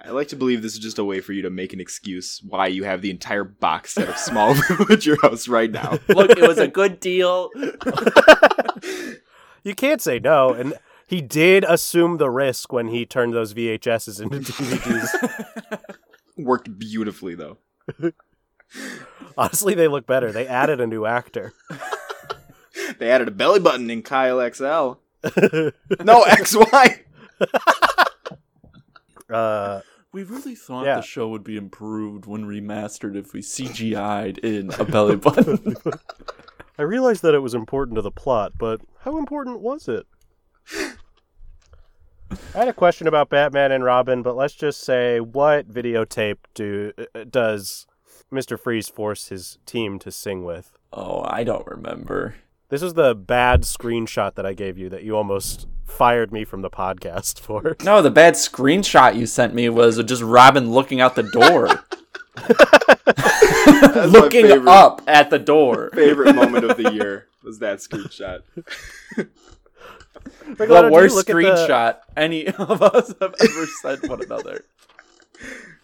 I like to believe this is just a way for you to make an excuse why you have the entire box set of [LAUGHS] Smallville at your house right now. Look, it was a good deal. You can't say no. And he did assume the risk when he turned those VHSs into [LAUGHS] DVDs. Worked beautifully though. Honestly, they look better. They added a new actor. They added a belly button in Kyle XL. No, XY. Uh, We really thought Yeah. the show would be improved when remastered if we CGI'd in a belly button. I realized that it was important to the plot, but how important was it? I had a question about Batman and Robin, but let's just say, what videotape do uh, does Mister Freeze force his team to sing with? oh, I don't remember. This is the bad screenshot that I gave you that you almost fired me from the [LAUGHS] podcast for. No, the bad screenshot you sent me was just Robin looking out the [LAUGHS] door, That's my looking favorite- up at the door. Favorite moment of the year was that screenshot. Rigoletto, do The you worst look at the- screenshot any [LAUGHS] of us have ever sent one another.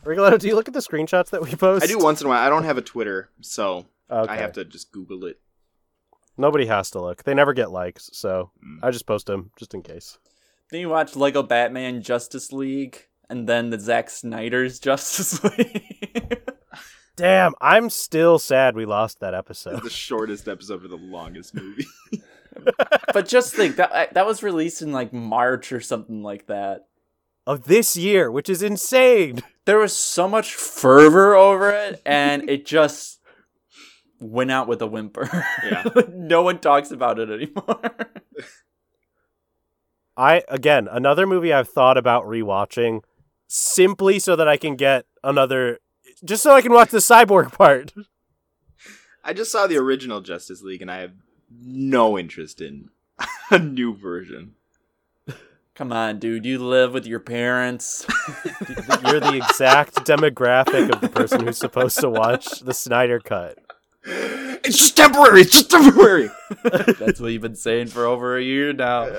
Rigoletto, do you look at the screenshots that we post? I do once in a while. I don't have a Twitter, so Okay. I have to just Google it. Mm. Nobody has to look. They never get likes, so I just post them just in case. Then you watch Lego Batman Justice League and then the Zack Snyder's [LAUGHS] Justice [LAUGHS] League. Damn, I'm still sad we lost that It's episode. the shortest episode of the longest movie. but just think that I- that was released in like March or something like that. of this year, which is insane. There was so much fervor over it, and it just went out with a whimper. Yeah. [LAUGHS] no one talks about it anymore. [LAUGHS] I again, another movie I've thought about rewatching simply so that I can get another just so I can watch the cyborg [LAUGHS] part. I just saw the original Justice League, and I have no interest in [LAUGHS] a new version. Come on, dude. You live with your parents. You're the exact demographic of the person who's supposed to watch the Snyder cut. It's just temporary. It's just temporary. That's what you've been saying for over a year now.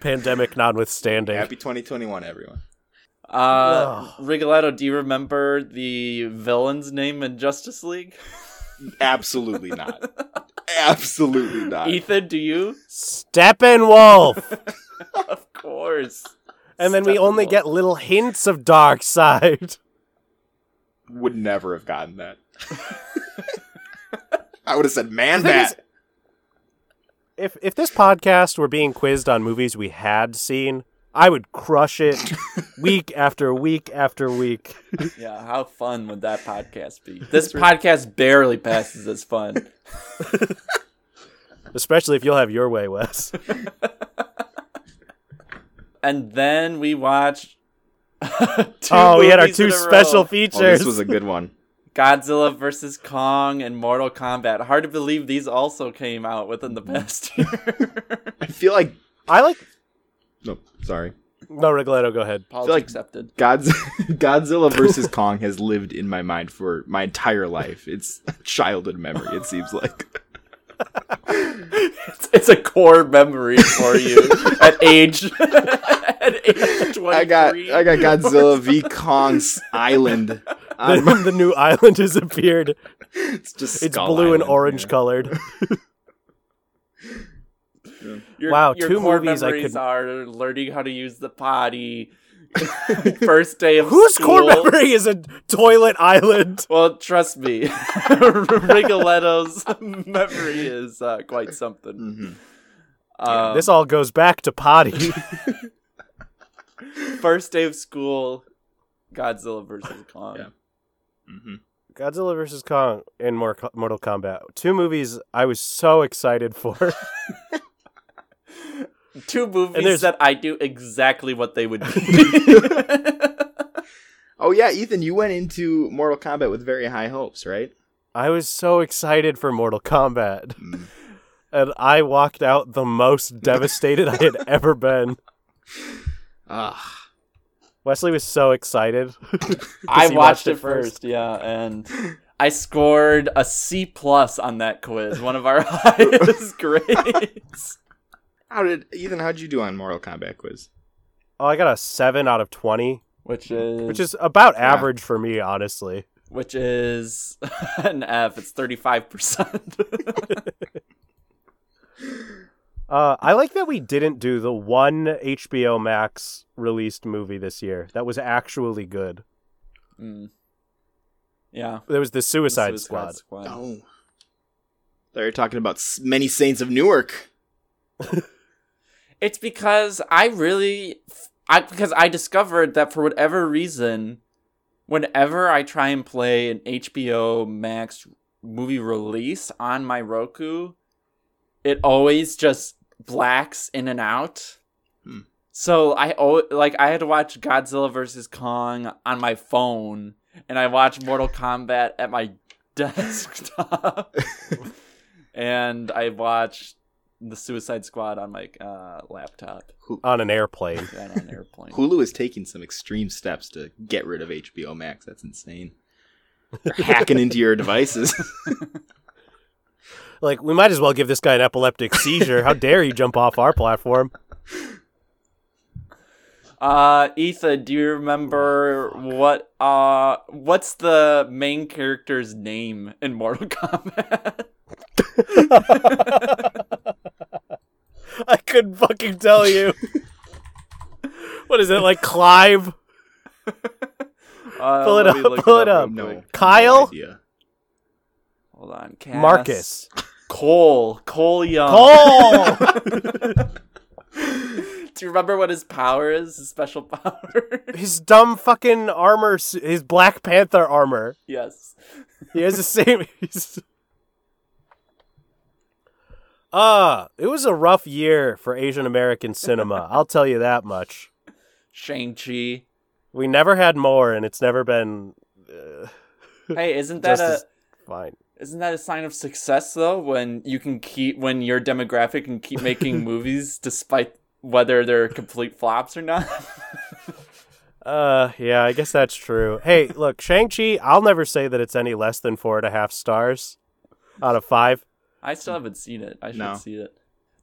Pandemic notwithstanding. Happy 2021, everyone. Uh, Ugh. Rigoletto, do you remember the villain's name in Justice League? Absolutely not. Absolutely not. Ethan, do you? Steppenwolf. Of course. And then we only Steppenwolf. get little hints of Dark Side. Would never have gotten that. [LAUGHS] I would have said man The thing is- bat. If if this podcast were being quizzed on movies we had seen, I would crush it week after week after week. Yeah, how fun would that podcast be? This podcast barely passes as fun. Especially if you'll have your way, Wes. And then we watched. [LAUGHS] two oh, we had our movies in two a row. special Well, Oh, this features. was a good one. Godzilla vs. Kong and Mortal Kombat. Hard to believe these also came out within the past [LAUGHS] year. I feel like I like no, sorry. No Rigoletto, go ahead. Apology feel like- accepted. God's [LAUGHS] Godzilla versus Kong has lived in my mind for my entire life. It's a childhood memory. It seems like. It's, it's a core memory [LAUGHS] for you at age [LAUGHS] at age 23. I got I got Godzilla v Kong's [LAUGHS] island. The, on my- the new island has appeared. it's just It's Skull blue and Island, orange yeah. colored. Your- Wow, your two core movies I memories couldn't- are learning how to use the potty. [LAUGHS] First day of Whose core school. memory is a toilet island? Well, trust me, [LAUGHS] Rigoletto's [LAUGHS] memory is uh, quite something. Mhm. Um, Mm-hmm. this all goes back to potty. first day of school, Godzilla versus Kong. Yeah. Mhm. [LAUGHS] Godzilla vs. Kong and Mor- Mortal Kombat. Two movies I was so excited for. [LAUGHS] Two movies And there's- that I do exactly what they [LAUGHS] [LAUGHS] would be. Oh yeah, Ethan, you went into Mortal Kombat with very high hopes, right? I was so excited for Mortal Kombat. [LAUGHS] And I walked out the most devastated I [LAUGHS] had ever been. Ah, Wesley was so excited. 'Cause I he watched, it first, yeah, and I scored a C plus on that quiz, one of our [LAUGHS] [LAUGHS] highest grades. how did Ethan? How'd you do on Mortal Kombat quiz? Oh, I got a 7 out of 20, Which is which is about average for me, honestly. which is [LAUGHS] an F. It's thirty five percent. Uh, I like that we didn't do the one HBO Max released movie this year that was actually good. Yeah, There was the Mm. Suicide, Squad. Oh, they were talking about s- many saints of Newark. It's because I really, I because I discovered that for whatever reason, whenever I try and play an HBO Max movie release on my Roku, it always just blacks in and out. Hmm. So I al- like I had to watch Godzilla vs Kong on my phone, and I watched Mortal Kombat at my [LAUGHS] desktop, and I watched the Suicide Squad on my uh, laptop on an airplane. [LAUGHS] and on an airplane. Hulu is taking some extreme steps to get rid of HBO Max. That's [LAUGHS] insane. They're hacking into your devices. like, we might as well give this guy an epileptic seizure. How dare you jump off our platform? Uh, Ethan, do you Oh, remember what uh what's the main character's name [LAUGHS] in Mortal Kombat? [LAUGHS] I couldn't fucking tell you. [LAUGHS] what is it like, Clive? Uh, Pull it let me up, look pull it real up. No, quick. no Kyle? idea. Hold on. Cass. Marcus. Oh! Cole. Cole Young. Cole! [LAUGHS] [LAUGHS] Do you remember what his power is? His special [LAUGHS] power? His dumb fucking armor, s- his Black Panther armor. yes. He has the same. [LAUGHS] He's... Uh, it was a rough year for Asian American cinema. I'll tell you that much. Shang-Chi. We never had more, and it's never been uh, Hey, isn't that uh, Just a as- fine. isn't that a sign of success though when you can keep when your demographic can keep [LAUGHS] making movies despite whether they're complete flops or not? [LAUGHS] Uh, yeah, I guess that's true. Hey, look, Shang-Chi, I'll never say that it's any less than four and a half stars out of five. I still haven't seen it. I should No. see it.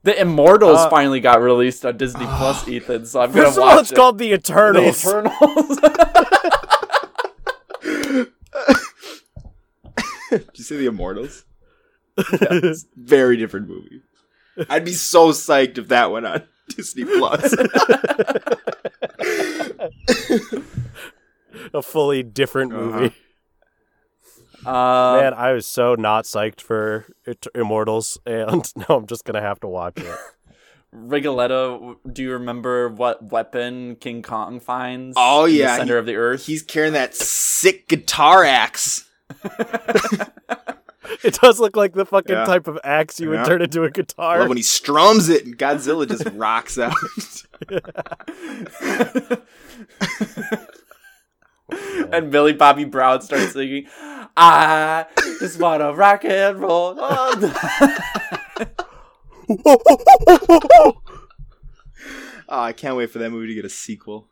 The Immortals Uh, finally got released on [SIGHS] Disney Plus, Ethan, so I'm gonna First of all, watch it's it. called The The Eternals. [LAUGHS] Eternals. Did you see the Immortals? Very different movie. I'd be so psyched if that went on [LAUGHS] Disney Plus. a fully different Uh-huh. movie. uh, Uh-huh. Man, I was so not psyched for it- Immortals, and [LAUGHS] now I'm just gonna have to watch it. Rigoletto, do you remember what weapon King Kong finds? Oh, in yeah, the center he- of the earth. He's carrying that sick guitar axe. It does look like the fucking Yeah. type of axe you would Yeah. turn into a I guitar. love when he strums it and Godzilla just rocks out. [LAUGHS] [LAUGHS] and Billy Bobby Brown starts singing, "I just wanna rock and roll." [LAUGHS] all night." [LAUGHS] oh, I can't wait for that movie to get a sequel.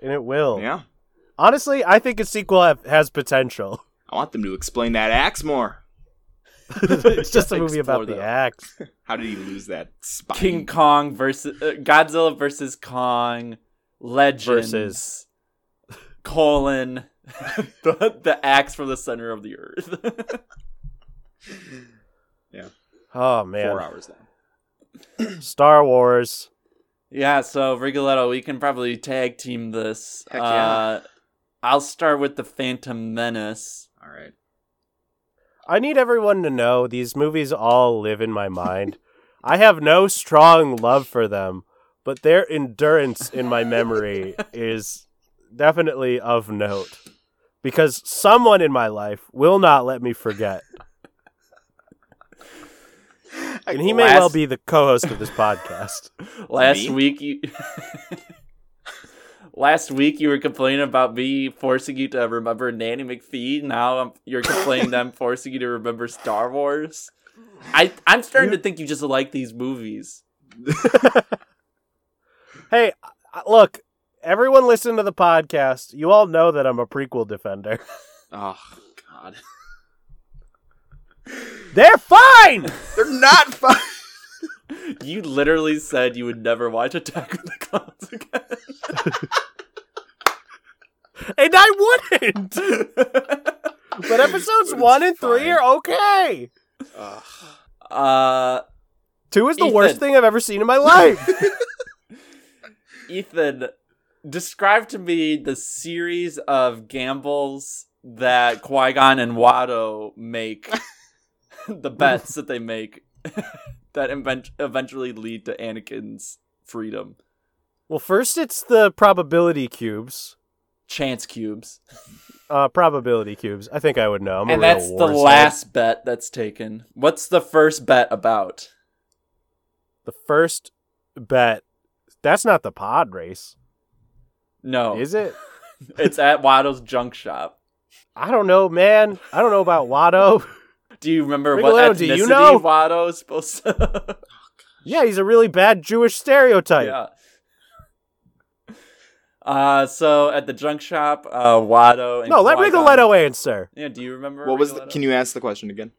and it will. Yeah. Honestly, I think a sequel ha- has potential. [LAUGHS] I want them to explain that axe more. [LAUGHS] it's just a movie Explore about the that. axe. How did he lose that spine? King Kong versus uh, Godzilla versus Kong Legends [LAUGHS] Versus. colon [LAUGHS] the, the axe from the center of the earth. [LAUGHS] Oh Four man, hours now. Star Wars. Yeah, so Rigoletto, we can probably tag team this. Heck yeah. Uh, I'll start with the Phantom Menace. All right. I need everyone to know these movies all live in my mind. I have no strong love for them, but their endurance in my memory is definitely of note because someone in my life will not let me forget. And he may Last- well be the co-host of this podcast. [LAUGHS] Last Me? week you [LAUGHS] Last week you were complaining about me forcing you to remember Nanny McPhee. Now I'm, you're complaining that I'm forcing you to remember Star Wars. I I'm starting to think you just like these movies. Hey, I- look, everyone listen to the podcast. You all know that I'm a prequel defender. [LAUGHS] Oh, God. [LAUGHS] They're fine. They're not fun. You literally said you would never watch Attack of the Clones again. And I wouldn't. But [LAUGHS] episodes It's one and three fine. are okay. Ugh. Uh Two is the Ethan. worst thing I've ever seen in my life. [LAUGHS] Ethan, describe to me the series of gambles that Qui Gon and Watto make, [LAUGHS] the bets that they make [LAUGHS] that invent- eventually lead to Anakin's freedom. well, first it's the probability cubes. Chance cubes. Uh, probability cubes. I think I would know. I'm a and real that's the wars head. last bet that's taken. What's the first bet about? The first bet. That's not the pod race, No. is it? it's at Watto's junk shop. I don't know, man. I don't know [LAUGHS] about Watto. Do you remember Rigoletto, what do ethnicity you know? Watto Watto is supposed to? yeah, he's a really bad Jewish stereotype. Yeah. Uh, so at the junk shop, uh, Watto and no, let Qui-Gon- Rigoletto answer. Yeah, do you remember What was the, Rigoletto? can you ask the question again?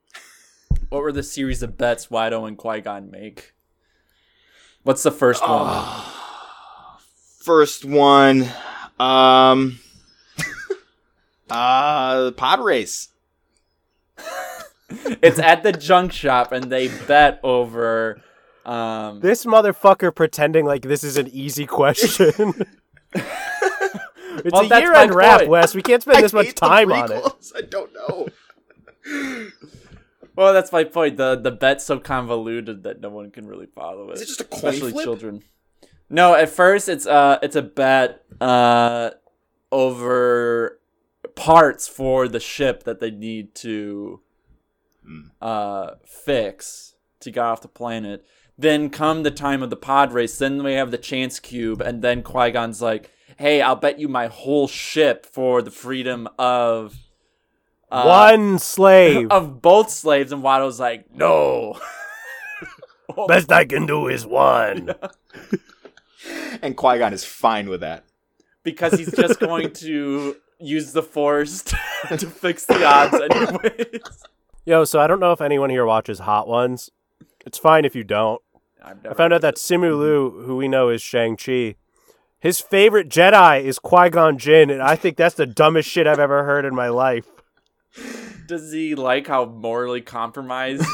What were the series of bets Watto and Qui Gon make? What's the first Ah. one? Oh. First one, um, [LAUGHS] uh, pod race. It's at the junk shop, and they bet over Um, This motherfucker pretending like this is an [LAUGHS] easy question. it's Well, a that's year my end wrap, point. Wes. We can't [LAUGHS] spend I this much hate the time on it. prequels. I don't know. well, that's my point. The the bet's so convoluted that no one can really follow it. Is it just a coin especially flip? children. No, at first it's uh it's a bet uh over parts for the ship that they need to Hmm. uh fix to get off the planet. Then come the time of the pod race, then we have the chance cube, and then Qui Gon's like, "Hey, I'll bet you my whole ship for the freedom of uh, Oh. [LAUGHS] One slave. of both slaves." And Watto's like, "No, [LAUGHS] Best I can do [LAUGHS] is one. And Qui Gon is fine with that. because he's [LAUGHS] just going to use the force [LAUGHS] to, to fix the [LAUGHS] odds anyways. Yo, so I don't know if anyone here watches Hot Ones. It's fine if you don't. I've I never found out that Simu Liu, who we know is Shang-Chi, his favorite Jedi is Qui-Gon Jinn, and I think that's the dumbest shit I've ever heard in my life. does he like how morally compromised [LAUGHS]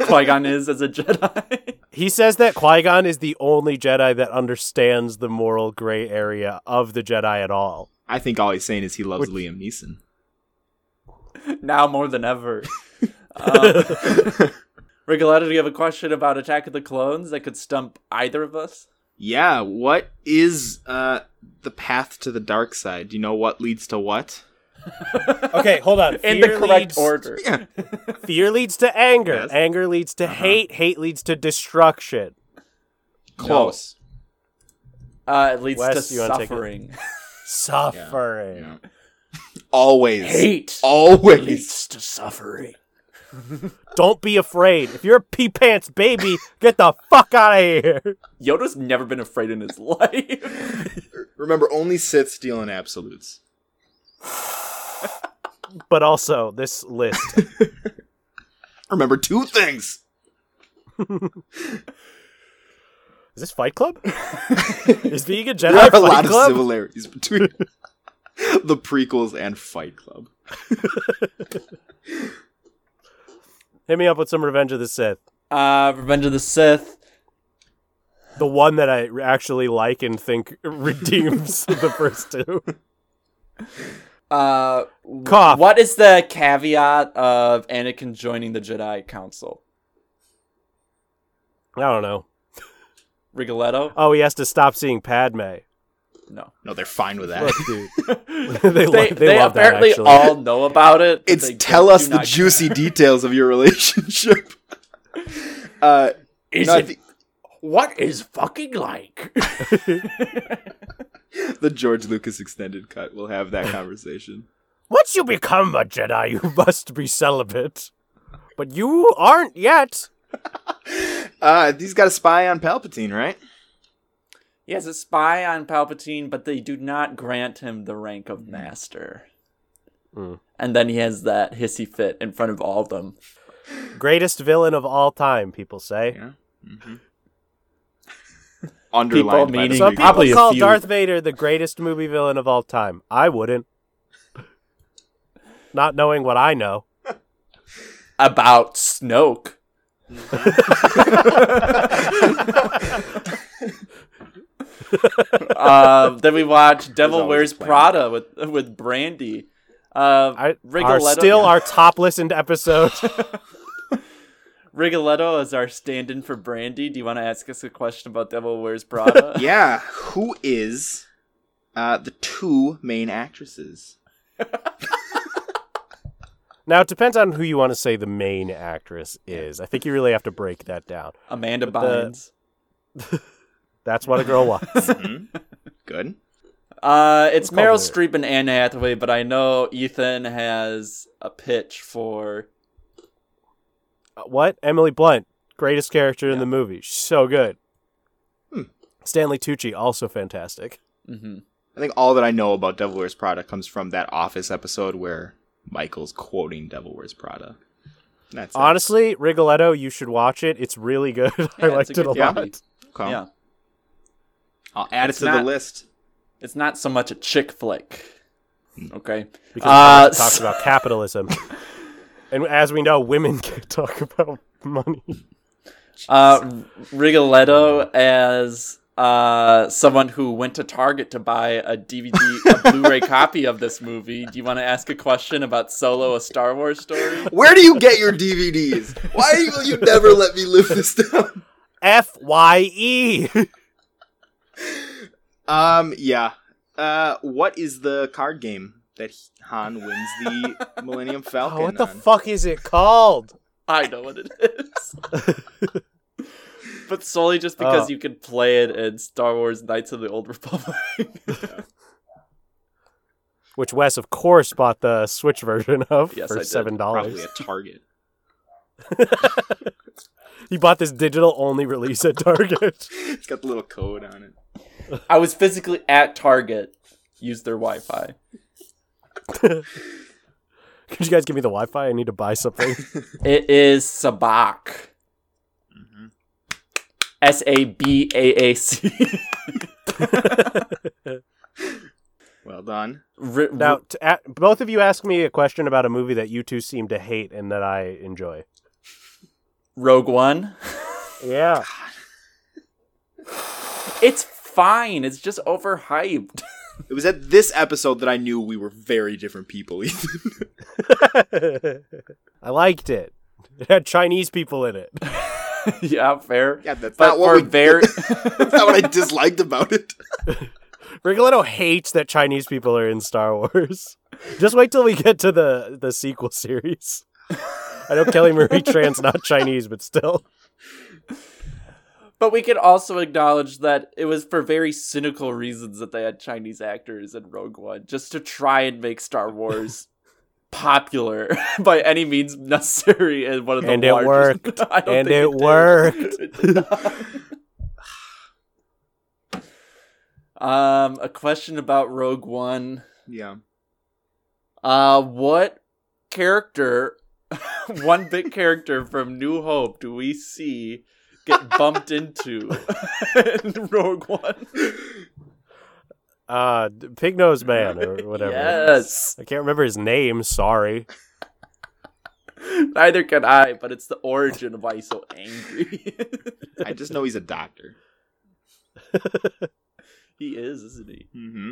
Qui Gon is as a Jedi? [LAUGHS] He says that Qui-Gon is the only Jedi that understands the moral gray area of the Jedi at all. I think all he's saying is he loves Which- Liam Neeson. now more than ever. [LAUGHS] Um, Rigoletto, do you have a question about Attack of the Clones that could stump either of us? Yeah, what is uh the path to the dark side? Do you know what leads to what? Okay, hold on. [LAUGHS] In the correct leads, order. Yeah. Fear leads to anger. Yes. Anger leads to hate. Hate leads to destruction. [LAUGHS] Close. Uh, it leads Wes, to you wanna take it? suffering. Suffering. Yeah. Always. Hate Always. leads to suffering. Don't be afraid. If you're a pee pants baby, get the fuck out of here. Yoda's never been afraid in his [LAUGHS] life. Remember only Sith steal in absolutes. But also, this list. Remember two things. Is this Fight Club? Is being a There Jedi are a Fight lot Club? of similarities [LAUGHS] between the prequels and Fight Club. Hit me up with some Revenge of the Sith. Uh, Revenge of the Sith. The one that I actually like and think [LAUGHS] redeems the first two. Uh, Cough. What is the caveat of Anakin joining the Jedi Council? I don't know. Rigoletto? Oh, he has to stop seeing Padme. [LAUGHS] No. No, they're fine with that. [LAUGHS] Look, [LAUGHS] dude. they, lo- They, they, they love that, apparently actually. all know about it. but It's they tell do us the not- juicy details of [LAUGHS] your relationship. Uh, Is no, I it- think what is fucking like? [LAUGHS] the George Lucas extended cut will have that conversation. Once you become a Jedi, you [LAUGHS] must be celibate. But you aren't yet. Uh, he's got a spy on Palpatine, right? he has a spy on Palpatine, but they do not grant him the rank of master. Mm. And then he has that hissy fit in front of all of them. Greatest villain of all time, people say. Yeah. Mm-hmm. Underlined by the meaning- Some people Probably a call few. Darth Vader the greatest movie villain of all time. I wouldn't. Not knowing what I [LAUGHS] know. About Snoke. um, then we watch Devil always Wears a plan. Prada with with Brandy. Uh, I, our, Rigoletto, still our top listened episode. Rigoletto is our stand-in for Brandy. Do you want to ask us a question about Devil Wears Prada? [LAUGHS] yeah, who is uh, the two main actresses? now, it depends on who you want to say the main actress is. I think you really have to break that down. Amanda But the- Bynes. That's what [LAUGHS] a girl wants. Mhm. Good. Uh, it's Let's Meryl call Streep and Anne Hathaway, but I know Ethan has a pitch for. Uh, what? Emily Blunt, greatest character in the movie. She's so good. Hmm. Stanley Tucci, also fantastic. Mhm. I think all that I know about Devil Wears Prada comes from that Office episode where Michael's quoting Devil Wears Prada. That's it. Honestly, Rigoletto, you should watch it. It's really good. [LAUGHS] I it's a liked it good a lot. movie. Okay. Yeah, I'll add It's it to not- the list. it's not so much a chick flick. Okay. Because Uh, it talks [LAUGHS] [LAUGHS] about [LAUGHS] capitalism. And as we know, women can talk about money. uh, Rigoletto as uh, someone who went to Target to buy a [LAUGHS] DVD, a Blu-ray copy of this movie. Do you want to ask a question about Solo, a Star Wars story? Where do you get your DVDs? Why will you never let me live this down? F Y E. Um, yeah. Uh, what is the card game that Han wins the [LAUGHS] Millennium Oh, Falcon? What the on? fuck is it called? I know what it is. [LAUGHS] but solely just because Oh. you can play it in Star Wars Knights of the Old Republic. Which Wes, of course, bought the Switch version of Yes, I for did. seven Probably dollars. a Target. [LAUGHS] He bought this digital only release at Target. [LAUGHS] It's got the little code on it. I was physically at Target, used their Wi-Fi. Could you guys give me the Wi-Fi? I need to [LAUGHS] buy something. It is Sabak. Mm-hmm. Mhm. S A B A A C. [LAUGHS] Well done. R- now, to a- both of you asked me a question about a movie that you two seem to hate and that I enjoy. Rogue One. Yeah. It's fine. It's just overhyped. [LAUGHS] It was at this episode that I knew we were very different people. [LAUGHS] Ethan. [LAUGHS] I liked it. It had Chinese people in it. yeah, fair. yeah, that's but not what for we very That's [LAUGHS] not what I disliked about it. Rigoletto hates that Chinese people are in Star Wars. [LAUGHS] Just wait till we get to the the sequel series. I know Kelly Marie Tran's not Chinese, but still. [LAUGHS] But we can also acknowledge that it was for very cynical reasons that they had Chinese actors in Rogue One, just to try and make Star [LAUGHS] Wars popular [LAUGHS] by any means necessary in one of the And it largest- [LAUGHS] I don't And think it did. [LAUGHS] worked. It did not. [SIGHS] um, a question about Rogue One. Yeah. Uh, what character, [LAUGHS] one bit character from New Hope, do we see get bumped into in [LAUGHS] Rogue One? Uh Pig [LAUGHS] Nose Man or whatever. Yes. I can't remember his name, sorry. Neither can I, but it's the origin of why he's so angry. [LAUGHS] I just know he's a doctor. he is, isn't he? Mm-hmm.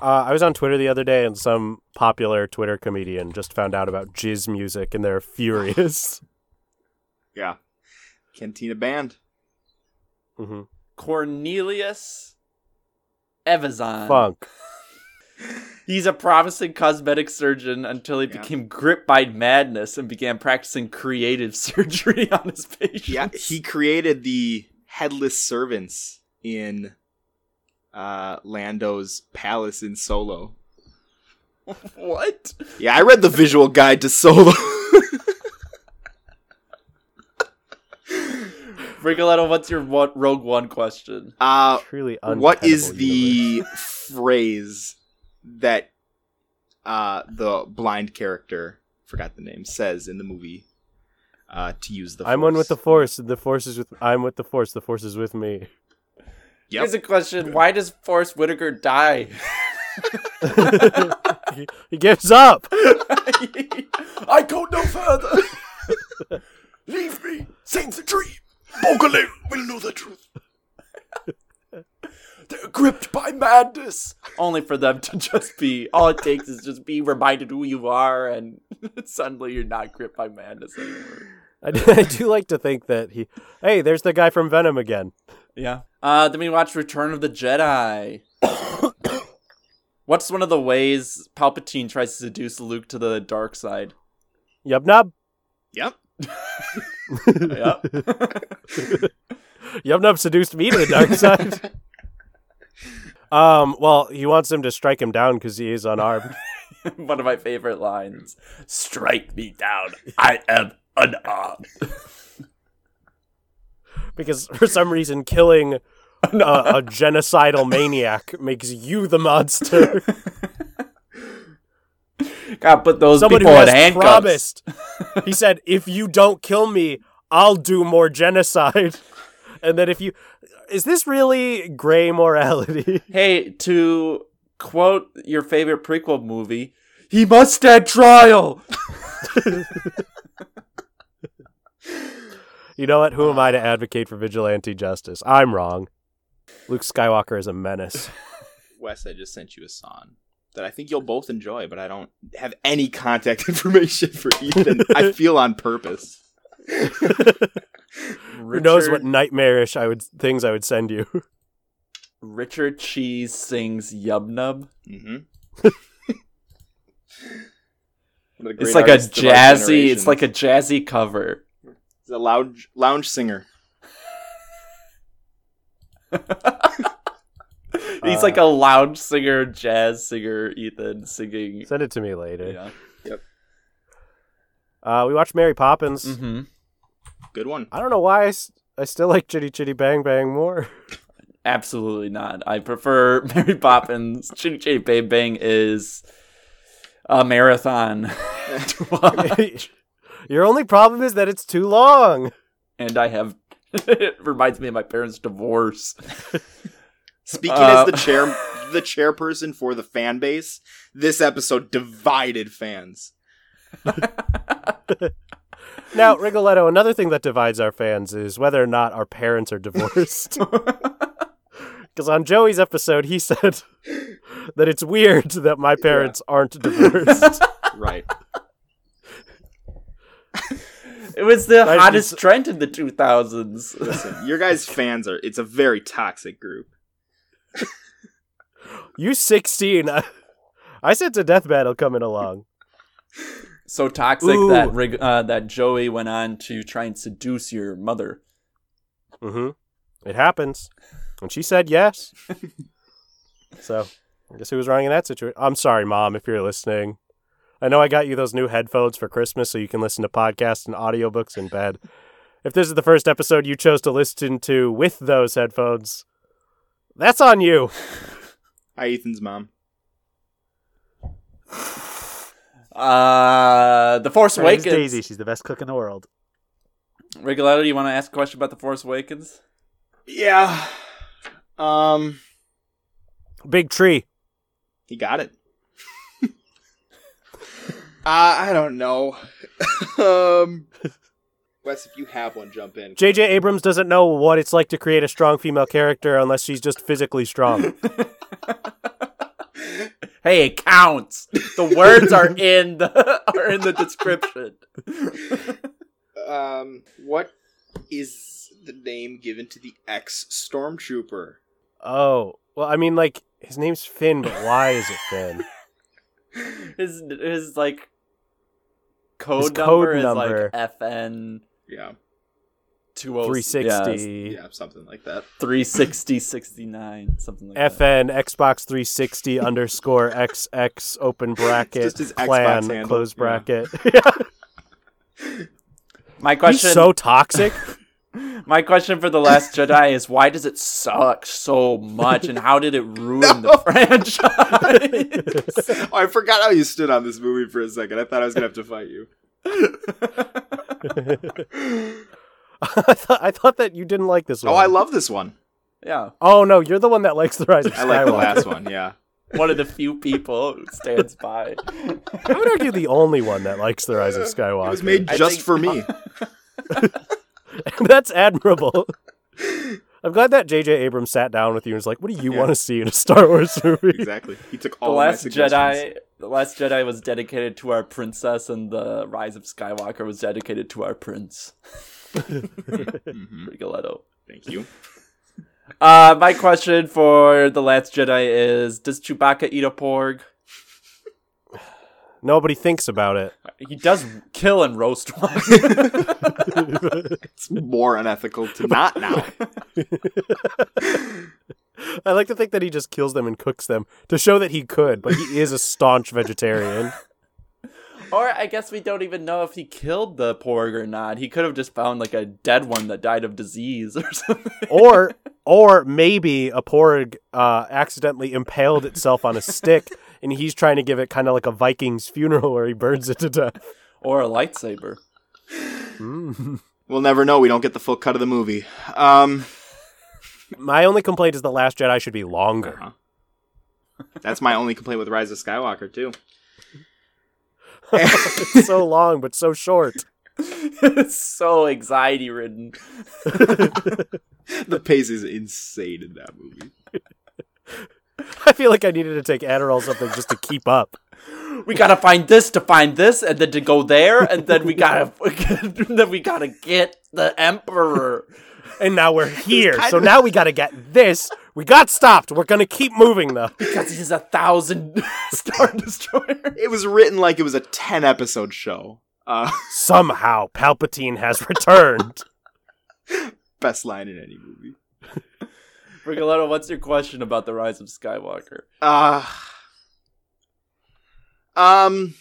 Uh, I was on Twitter the other day and some popular Twitter comedian just found out about jizz music and [LAUGHS] they're furious. Yeah. Cantina band. hmm Cornelius Uh, Evazan. Funk. He's a promising cosmetic surgeon until he Yeah. became gripped by madness and began practicing creative [LAUGHS] surgery on his [LAUGHS] patients. Yeah, he created the headless servants in uh Lando's palace in Solo. [LAUGHS] What? Yeah, I read the visual guide to Solo. [LAUGHS] Rigoletto, what's your one, Rogue One question? uh Truly what is untenable the universe. phrase that uh the blind character forgot the name says in the movie uh to use the I'm one with the Force? force. The force is with I'm with the force. The force is with me. [LAUGHS] Yep. Here's a question: Why does Forrest Whitaker die? he, he gives up. I go no further. Leave me, sings the tree. Bogalim will know the truth. They're gripped by madness. Only for them to just be. All it takes is just be reminded who you are, and [LAUGHS] suddenly you're not gripped by madness anymore. I do, [LAUGHS] I do like to think that he. Hey, there's the guy from Venom again. Yeah. Uh, then we watch Return of the Jedi. What's one of the ways Palpatine tries to seduce Luke to the dark [LAUGHS] side? Yub nub. Yep. Yep. [LAUGHS] Yub nub seduced me to the dark side. [LAUGHS] Um. Well, he wants him to strike him down because he is [LAUGHS] unarmed. one of my favorite lines. Strike me down. I am unarmed. because for some [LAUGHS] reason, killing a, a genocidal maniac makes you the monster. Gotta put [LAUGHS] those Somebody who people in has handcuffs. promised. [LAUGHS] he said, "If you don't kill me, I'll do more genocide." [LAUGHS] And then if you, is this really gray morality? [LAUGHS] Hey, to quote your favorite prequel movie, he must [LAUGHS] stand trial. He You know what? Who am I to advocate for vigilante justice? I'm wrong. Luke Skywalker is a menace. Wes, I just sent you a song that I think you'll both enjoy, but I don't have any contact [LAUGHS] information for Ethan. [LAUGHS] I feel on purpose. Who knows what nightmarish I would things I would send you? Richard Cheese sings Yub Nub. Mm-hmm. [LAUGHS] It's like a jazzy. It's like a jazzy cover. He's a lounge lounge singer. [LAUGHS] He's like a lounge singer, jazz singer. Ethan singing. [LAUGHS] Send it to me later. Yeah. Uh, we watched Mary Poppins. hmm Good one. I don't know why I, s- I still like Chitty Chitty Bang Bang [LAUGHS] more. Absolutely not. I prefer [LAUGHS] Mary Poppins. Chitty Chitty Bang Bang is a marathon [LAUGHS] to [LAUGHS] watch, Your only problem is that it's too long. and I have. [LAUGHS] it reminds me of my parents' divorce. Speaking Uh, as the [LAUGHS] chair the chairperson for the fan base, this episode divided fans. Now, Rigoletto, another thing that divides our fans is whether or not our parents are [LAUGHS] divorced. Because on Joey's episode, he said [LAUGHS] that it's weird that my parents aren't [LAUGHS] divorced. Right. It was the I've hottest just- trend in the 2000s. Listen, your [LAUGHS] guys' fans are it's a very toxic group. you 16. I, I said to Death Battle coming along. So toxic Ooh. that Rig- uh, that Joey went on to try and seduce your mother. Mm-hmm. It happens. And she [LAUGHS] said yes. so I guess who was wrong in that situation? I'm sorry, Mom, if you're listening. I know I got you those new headphones for Christmas so you can listen to podcasts and audiobooks in bed. If this is the first episode you chose to listen to with those headphones, that's on you. Hi, Ethan's mom. Uh, the Force Her name's Awakens. Daisy. She's the best cook in the world. Rigoletto, you want to ask a question about the Force Awakens? Yeah. Um Big tree. He got it. [LAUGHS] uh, I don't know. [LAUGHS] um, Wes, if you have one, jump in. JJ Abrams doesn't know what it's like to create a strong female character unless she's just physically strong. Hey, it counts. The words [LAUGHS] are in the are in the description. Um, what is the name given to the ex stormtrooper? oh, well, I mean, like, his name's Finn, but why is it Finn? [LAUGHS] [LAUGHS] His his like code, His code number, number. is like FN Yeah, two oh 360 yeah, something like that. [LAUGHS] three sixty sixty nine something like that. FN Xbox 360 [LAUGHS] underscore XX open bracket It's [LAUGHS] just his Xbox clan handle. close Yeah. bracket. [LAUGHS] My He's question. [LAUGHS] so toxic. [LAUGHS] My question for The Last Jedi is why does it suck so much and how did it ruin [LAUGHS] the franchise? Oh, I forgot how you stood on this movie for a second. I thought I was gonna have to fight you. I, thought, I thought that you didn't like this one. Oh, I love this one. yeah. Oh no, you're the one that likes the Rise of [LAUGHS] Skywalker. I like the last one. Yeah, One of the few people who stands by. [LAUGHS] I would argue the only one that likes [LAUGHS] the Rise of it was Skywalker. [LAUGHS] made I just think- for [LAUGHS] me. That's admirable. [LAUGHS] I'm glad that J.J. Abrams sat down with you and was like, "What do you Yeah. want to see in a Star Wars movie?" exactly. He took The all of Oh, my Last suggestions. Jedi The Last Jedi was dedicated to our princess and the Rise of Skywalker was dedicated to our prince. [LAUGHS] Mhm. Rigoletto. Thank you. Uh my question for The Last Jedi is does Chewbacca eat a porg? Nobody thinks about it. He does kill and roast one. [LAUGHS] It's more unethical to not [LAUGHS] now. I like to think that he just kills them and cooks them to show that he could, but he is a staunch vegetarian. Or I guess we don't even know if he killed the porg or not. He could have just found like a dead one that died of disease or something. or or maybe a porg uh, accidentally impaled itself on a stick and he's trying to give it kind of like a viking's funeral where he burns it to death Or a lightsaber. [LAUGHS] We'll never know. We don't get the full cut of the movie. Um, my only complaint is the last jedi should be longer that's my only complaint with Rise of Skywalker too. it's so long but so short it's so anxiety ridden. [LAUGHS] the pace is insane in that movie. I feel like I needed to take Adderall or something just to keep up. We gotta find this to find this, and then to go there, and then we [LAUGHS] gotta then we gotta get the emperor. And now we're here. So now we got to get this. We got stopped. We're going to keep moving though. because he's a thousand [LAUGHS] star destroyer. It was written like it was a ten episode show. Uh, [LAUGHS] Somehow Palpatine has returned. best line in any movie. Rigoletto, what's your question about the rise of Skywalker? Uh, um,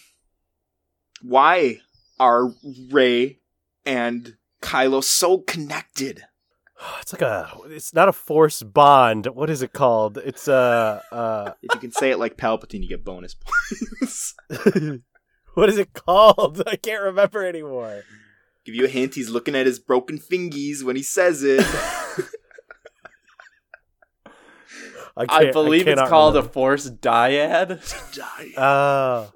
why are Ray and Kylo so connected? It's like a it's not a force bond. What is it called? It's a uh, If you can say it like Palpatine, you get bonus points. [LAUGHS] what is it called? [LAUGHS] I can't remember anymore. Give you a hint, he's looking at his broken fingies when he says it. I, can't, I believe it's cannot called remember. a force dyad. [LAUGHS] Die. Oh.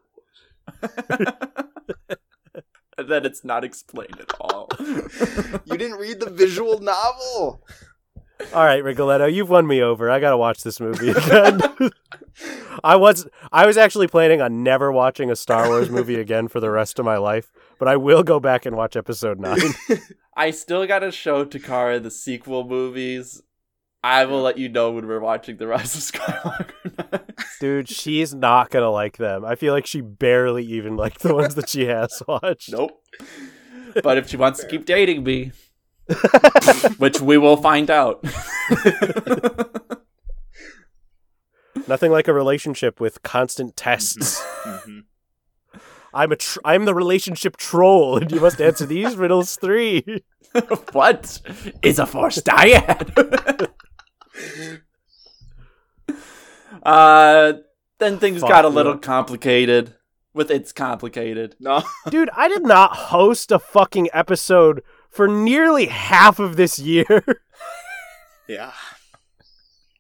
and then it's not explained at [LAUGHS] all. you didn't read the visual novel. All right, Rigoletto, you've won me over. I gotta watch this movie again. [LAUGHS] I was I was actually planning on never watching a Star [LAUGHS] Wars movie again for the rest of my life, but I will go back and watch [LAUGHS] Episode Nine. I still gotta show Takara the sequel movies. I will let you know when we're watching The Rise of Skywalker. [LAUGHS] next. Dude, she's not gonna like them. I feel like she barely even liked the ones that she has [LAUGHS] watched. nope. But if she wants to keep dating [LAUGHS] me, which we will find out. Nothing like a relationship with constant tests. I'm a tr- I'm the relationship troll, and you must answer these riddles three. [LAUGHS] what is a force dyad? uh, then things Fuck got a you little up. complicated. With it's complicated. No, Dude, I did not host a fucking episode for nearly half of this year. [LAUGHS] yeah.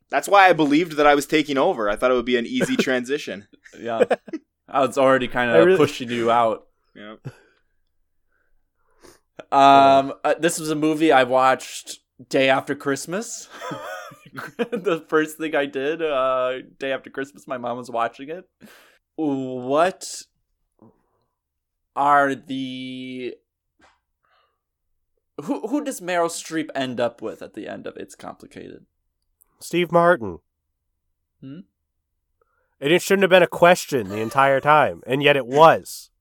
That's why I believed that I was taking over. I thought it would be an easy transition. [LAUGHS] Yeah, I was already kind I of really- pushing you out. Yeah. Um, uh, this was a movie I watched day after Christmas. [LAUGHS] the first thing I did, uh, day after Christmas, my mom was watching it. What are the who who does Meryl Streep end up with at the end of It's Complicated? Steve Martin. Hmm? And it shouldn't have been a question the entire time, and yet it was.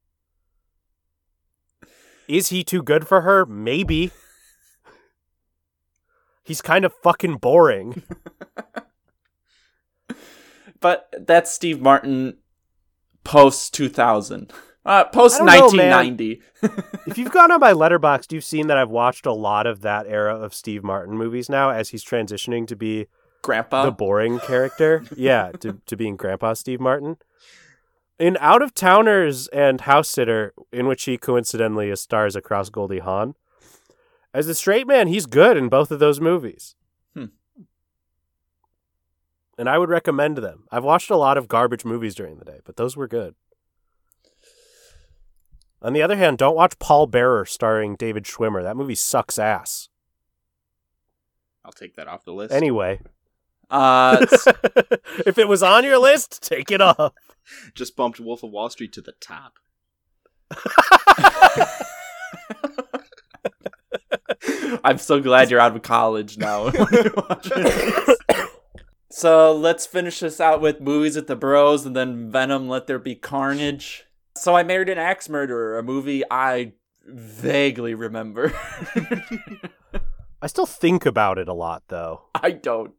Is he too good for her? Maybe. He's kind of fucking boring. But that's Steve Martin post two thousand, uh, post I nineteen don't know, man. ninety. if you've gone on my letterbox, you've seen that I've watched a lot of that era of Steve Martin movies now as he's transitioning to be Grandpa, the boring character. yeah, to, to being Grandpa Steve Martin. In Out of Towners and House Sitter, in which he coincidentally is- stars across Goldie Hawn, as the straight man, he's good in both of those movies. Hmm. And I would recommend them. I've watched a lot of garbage movies during the day, but those were good. On the other hand, don't watch Paul Bearer starring David Schwimmer. That movie sucks ass. I'll take that off the list. Anyway, uh, [LAUGHS] s- if it was on your list, take it off. Just bumped Wolf of Wall Street to the top. I'm so glad you're out of college now. [LAUGHS] so let's finish this out with movies with the bros and then Venom Let There Be Carnage. So I Married an Axe Murderer, a movie I vaguely remember. [LAUGHS] I still think about it a lot though. I don't.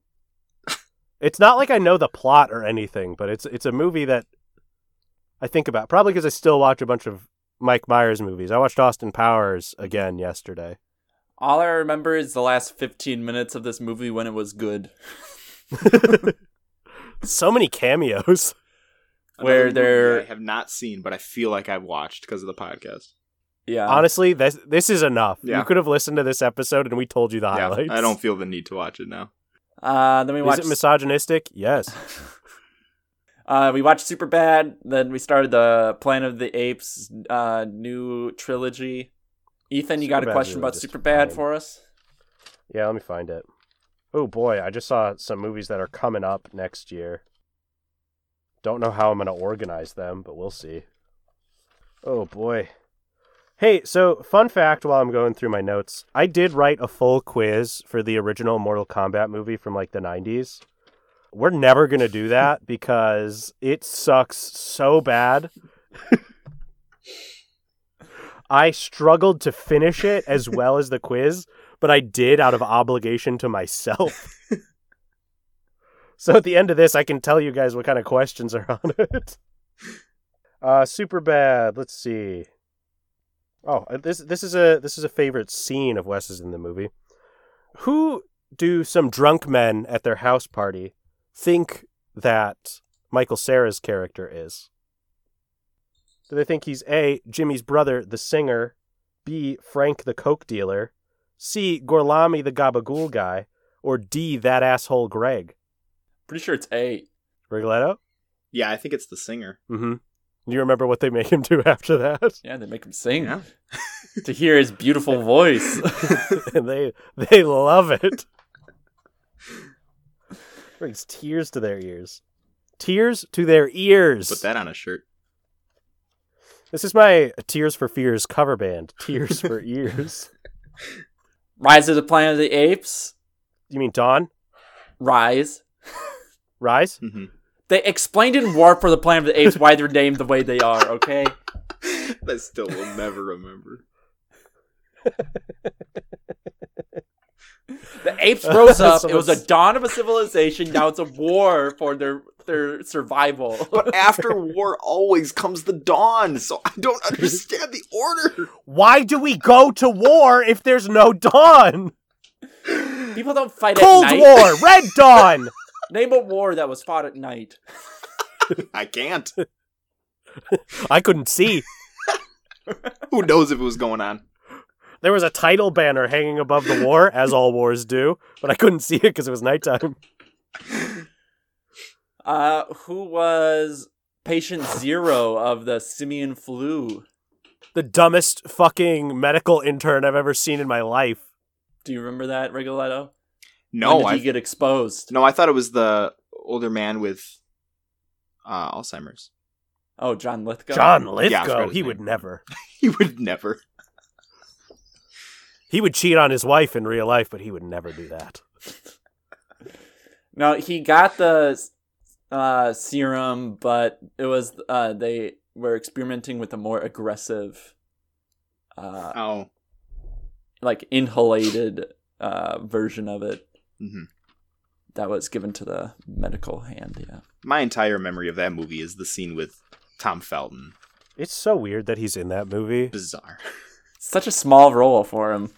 It's not like I know the plot or anything, but it's it's a movie that I think about. Probably because I still watch a bunch of Mike Myers movies. I watched Austin Powers again yesterday. All I remember is the last 15 minutes of this movie when it was good, So many cameos. [LAUGHS] where Another they're movie I have not seen, but I feel like I've watched because of the podcast. yeah. Honestly, this this is enough. Yeah. You could have listened to this episode and we told you the highlights. Yeah, I don't feel the need to watch it now. Uh, then we Is watched it misogynistic? Yes. [LAUGHS] Uh, we watched Super Bad. Then we started the Planet of the Apes uh, new trilogy. Ethan, you got a Superbad's question really about just super bad fine. for us? Yeah, let me find it. Oh boy, I just saw some movies that are coming up next year. Don't know how I'm going to organize them, but we'll see. Oh boy. Hey, so fun fact while I'm going through my notes, I did write a full quiz for the original Mortal Kombat movie from like the 90s. We're never going to do that because it sucks so bad. I struggled to finish it as well as the quiz but I did out of obligation to myself. so at the end of this, I can tell you guys what kind of questions are on it. Uh, super bad. Let's see. Oh, uh, this this is a this is a favorite scene of Wes's in the movie. Who do some drunk men at their house party think that Michael Sarah's character is? Do they think he's A, Jimmy's brother, the singer, B, Frank the Coke dealer, C. Gorlami the Gabagool guy, or D. That asshole Greg Pretty sure it's eight. Rigoletto. Yeah, I think it's the singer. Mm-hmm. You remember what they make him do [LAUGHS] after that? Yeah, they make him sing Yeah. [LAUGHS] to hear his beautiful voice. and they they love it. [LAUGHS] Brings tears to their ears. Tears to their ears. Put that on a shirt. This is my Tears for Fears cover band. Tears [LAUGHS] for Ears. Rise of the Planet of the Apes. You mean Dawn? Rise. Rise? Mhm. They explained in War for the Planet of the Apes why they're named the way they are, okay? I still will never remember. The apes [LAUGHS] rose up. So it was a that's- dawn of a civilization. Now it's a war for their their survival. But after war always comes the dawn, so I don't understand the order. Why do we go to war if there's no dawn? People don't fight Cold at night. War, Red Dawn. Name a war that was fought at night. I can't. [LAUGHS] I couldn't see. Who knows if it was going on? There was a title banner hanging above the war, as all wars do, but I couldn't see it because it was nighttime. Uh, who was patient zero of the simian flu? The dumbest fucking medical intern I've ever seen in my life. Do you remember that, Rigoletto? No, when did I he get exposed? no, I thought it was the older man with uh, Alzheimer's. [LAUGHS] Oh, John Lithgow. John Yeah, I forgot Lithgow, his he name. would never. He would never. He would cheat on his wife in real life, but he would never do that. No, he got the uh, serum, but it was uh, they were experimenting with a more aggressive, uh, Oh, like inhalated uh, version of it Mhm. that was given to the medical hand. Yeah, my entire memory of that movie is the scene with Tom Felton. It's so weird that he's in that movie. Bizarre. such a small role for him.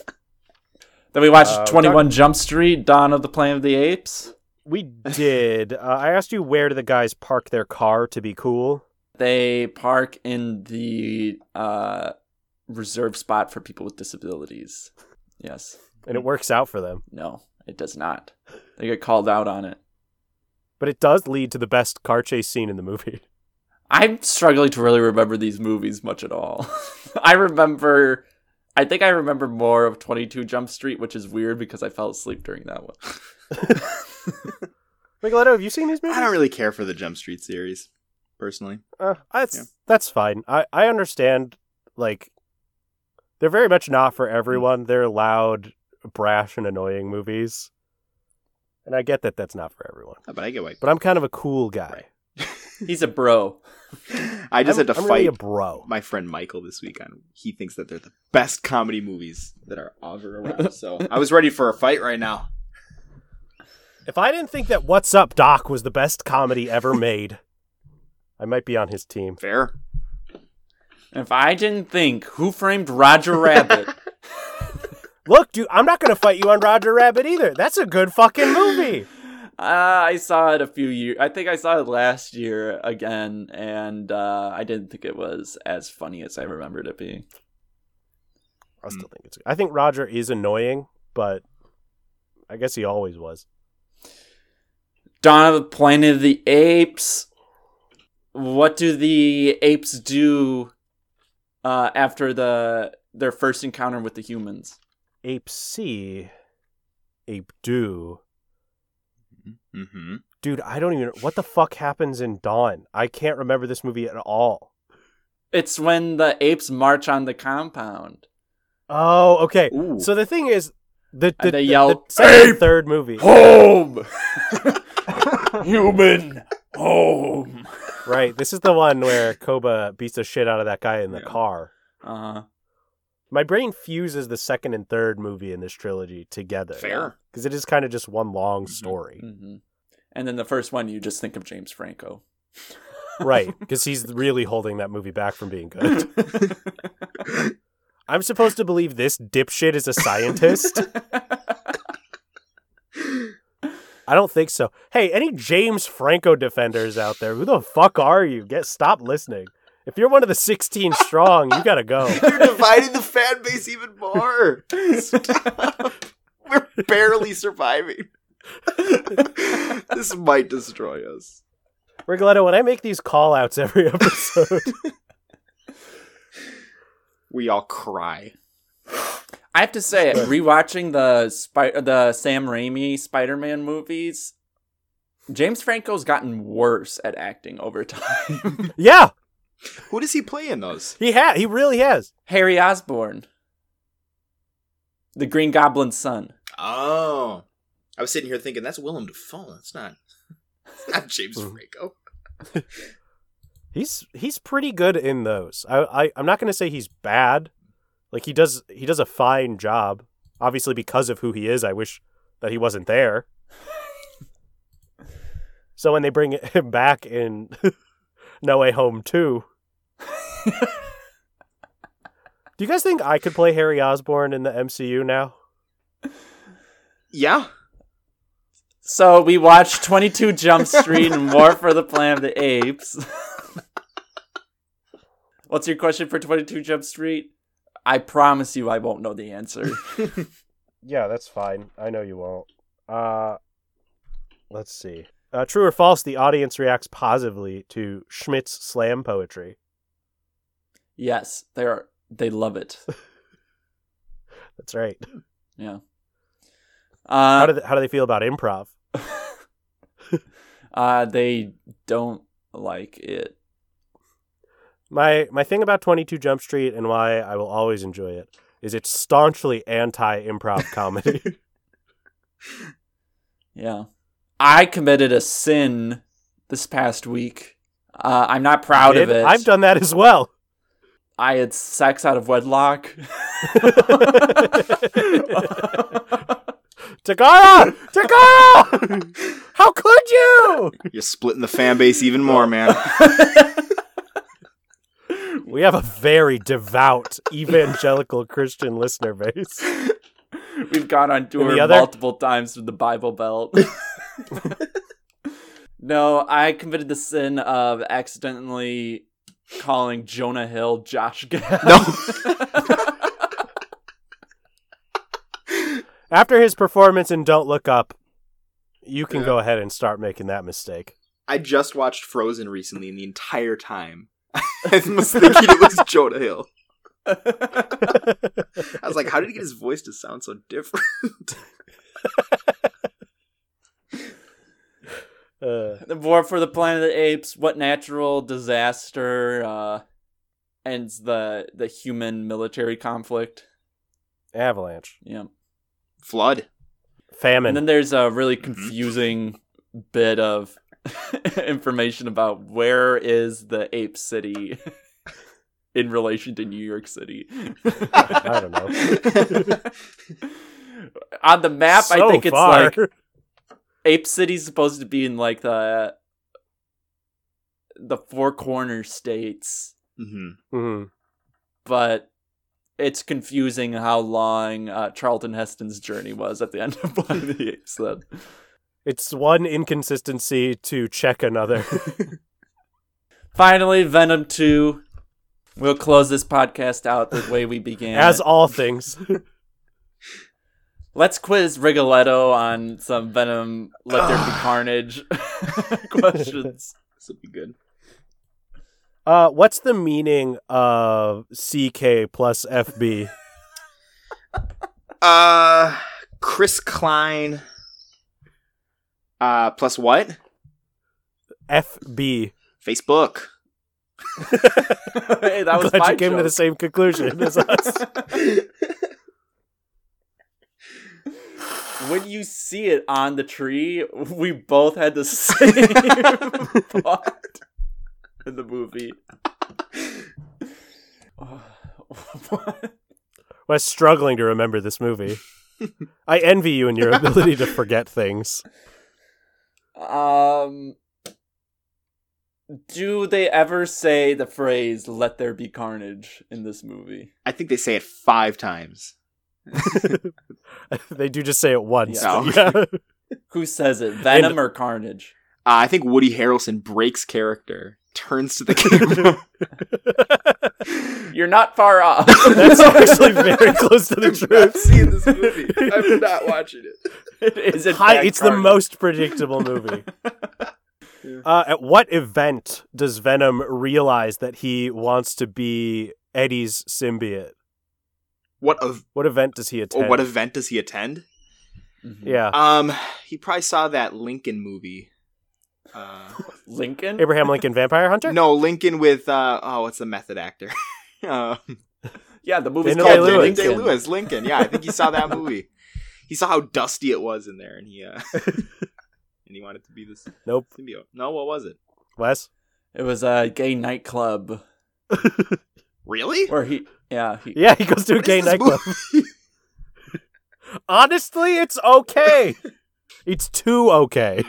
[LAUGHS] then we watched Uh, Twenty One Jump Street, Dawn of the Planet of the Apes. We did. Uh, I asked you where do the guys park their car to be cool? They park in the uh, reserve spot for people with disabilities. Yes. And it works out for them. No, it does not. They get called out on it. But it does lead to the best car chase scene in the movie. [LAUGHS] I'm struggling to really remember these movies much at all. [LAUGHS] I remember, I think I remember more of 22 Jump Street, which is weird because I fell asleep during that one. [LAUGHS] Rigoletto, have you seen these movies? I don't really care for the Jump Street series, personally. Uh, that's Yeah. that's fine. I I understand. Like, they're very much not for everyone. They're loud, brash, and annoying movies, and I get that that's not for everyone. But I get why. But I'm kind of a cool guy. He's a bro. I just I'm- had to I'm fight really a bro. my friend Michael this week on. He thinks that they're the best comedy movies that are ever around. So I was ready for a fight right now. If I didn't think that What's Up Doc was the best comedy ever made, I might be on his team. Fair. And if I didn't think, who framed Roger Rabbit? Look, dude, I'm not gonna fight you on Roger Rabbit either. That's a good [LAUGHS] fucking movie. Uh, I saw it a few years. I think I saw it last year again, and uh, I didn't think it was as funny as I remembered it being. I still think it's. I think Roger is annoying, but I guess he always was. Dawn of the Planet of the Apes. What do the apes do uh, after the their first encounter with the humans. Ape C, Ape Do. Mm-hmm. Dude, I don't even. What the fuck happens in Dawn? I can't remember this movie at all. It's when the apes march on the compound. Oh, okay. Ooh. So the thing is, the the, And they the- yell, the second, "Ape!" third [LAUGHS] movie, Home, human, home. right? This is the one where Koba beats the shit out of that guy in the Yeah. car. Uh huh. My brain fuses the second and third movie in this trilogy together. Fair. Because it is kind of just one long Mhm. story. hmm And then the first one, you just think of James Franco. [LAUGHS] right. Because he's really holding that movie back from [LAUGHS] being good. I'm supposed to believe this dipshit is a scientist? I don't think so. Hey, any James Franco defenders out there, who the fuck are you? Get stop listening. If you're one of the 16 strong, you gotta go. You're dividing the fan base even more. Stop. We're barely surviving. this might destroy us. Rigoletto, when I make these call outs every episode, We all cry. I have to say, rewatching the Spy- the Sam Raimi Spider Man movies, James Franco's gotten worse at acting over [LAUGHS] time. yeah, Who does he play in those? he ha- he really has. Harry Osborn, the Green Goblin's son. Oh. I was sitting here thinking that's Willem Dafoe. That's not that's not James Mhm. Franco. He's he's pretty good in those. I, I I'm not gonna say he's bad. Like he does he does a fine job. Obviously, because of who he is, I wish that he wasn't there. so when they bring him back in [LAUGHS] No Way Home Two, do you guys think I could play Harry Osborn in the MCU now? [LAUGHS] Yeah. So we watched 22 Jump Street and War for the Planet of the Apes. [LAUGHS] What's your question for 22 Jump Street? I promise you I won't know the answer. Yeah, that's fine. I know you won't. Uh, let's see. Uh, true or false? The audience reacts positively to Schmidt's slam poetry. yes, they are they love it. That's right. Yeah. How Uh, do they, how do they feel about improv? [LAUGHS] uh they don't like it. My my thing about Twenty Two Jump Street and why I will always enjoy it is it's staunchly anti [LAUGHS] improv comedy. Yeah. I committed a sin this past week. Uh, I'm not proud of And it. I've done that as well. I had sex out of [LAUGHS] wedlock. Takara, Takara, how [LAUGHS] could you? You're splitting the fan base even more, man. [LAUGHS] We have a very devout evangelical Christian listener base. We've gone on tour the other- multiple times with the Bible Belt. [LAUGHS] no, I committed the sin of accidentally calling Jonah Hill Josh Gad. No. After his performance in Don't Look Up, you can go ahead and start making [LAUGHS] that mistake. [LAUGHS] I just watched Frozen recently and the entire time [LAUGHS] I was thinking it was Jonah Hill. I was like, how did he get his voice to sound so different? [LAUGHS] Uh, the war for the planet of the apes what natural disaster uh ends the the human military conflict avalanche, yeah Flood. famine. and then there's a really Mm-hmm. confusing bit of [LAUGHS] information about where is the ape city [LAUGHS] in relation to new york city I don't know. [LAUGHS] on the map i So think it's far. [LAUGHS] like ape city's supposed to be in like the the four corner states Mm-hmm. Mhm. but it's confusing how long uh, Charlton Heston's journey was at the end of Planet [LAUGHS] of the Apes. Then. It's one inconsistency to [LAUGHS] check another. Finally, Venom 2. We'll close this podcast out the way we began. [LAUGHS] As it. all things, Let's quiz Rigoletto on some Venom [SIGHS] Let There Be Carnage [LAUGHS] questions. [LAUGHS] This would be good. Uh, what's the meaning of CK plus [LAUGHS] FB? Uh, Chris Klein. Uh, plus what? FB. Facebook. hey, that was Glad my you came to the joke. [LAUGHS] same conclusion as us. When you see it on the tree, we both had the [LAUGHS] [LAUGHS] same thought in the movie. [SIGHS] We're struggling to remember [LAUGHS] this movie. I envy you in your ability to forget things. um, do they ever say the phrase "Let there be carnage" in this movie? I think they say it five times. [LAUGHS] they do just say it once. Yeah. [LAUGHS] [LAUGHS] Yeah. Who says it? Venom or Carnage? Uh, I think Woody Harrelson breaks character, turns to the camera. You're not far off. [LAUGHS] That's actually very [LAUGHS] [LAUGHS] close to the truth. seen this movie. I'm not watching it. It is in Hi, fact it's the Carnage. most predictable [LAUGHS] movie. Uh, at what event does Venom realize that he wants to be Eddie's symbiote? What of What event does he attend? or what event does he attend? Mhm. yeah, Um, he probably saw that Lincoln movie. Uh, Lincoln. Abraham Lincoln Vampire Hunter. no, Lincoln with uh, oh, what's the method actor? [LAUGHS] uh, Yeah, the movie's Daniel called Day Lewis. Lincoln. Day Lewis, Lincoln. Yeah, I think he saw that movie. He saw how dusty it was in there, and he [LAUGHS] uh, and he wanted to be this Nope. symbiote. No, what was it? Wes. It was a gay nightclub Really? where he, yeah, he, Yeah, he goes to a What gay is this nightclub. [LAUGHS] Honestly, it's [LAUGHS] okay. it's too okay.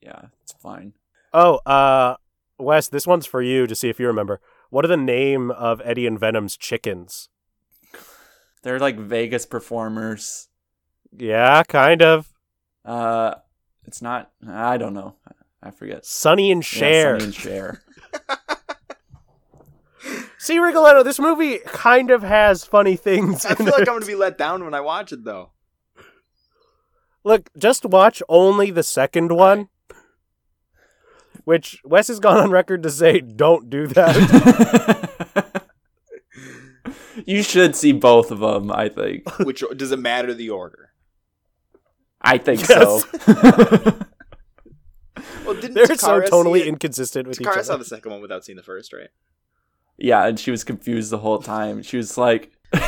yeah, it's fine. Oh, uh, Wes, this one's for you to see if you remember. What are the name of Eddie and Venom's chickens? They're like Vegas performers. Yeah, kind of. Uh, it's not. I don't know. I forget. Sonny and Yeah, Cher. Sonny and Cher. See, Rigoletto, this movie kind of has funny things. I in feel like I'm it. gonna be let down when I watch it though. [LAUGHS] Look, just watch only the second one, which Wes has gone on record to say, don't [LAUGHS] do that. [LAUGHS] you should see both of them. I think. [LAUGHS] Which does it matter the order? I think Yes. [LAUGHS] so. Well, didn't They're so Takara see totally it? inconsistent with Takara each saw other. the second one without seeing the first, [LAUGHS] right? yeah, and she was confused the whole time. She was like. [LAUGHS]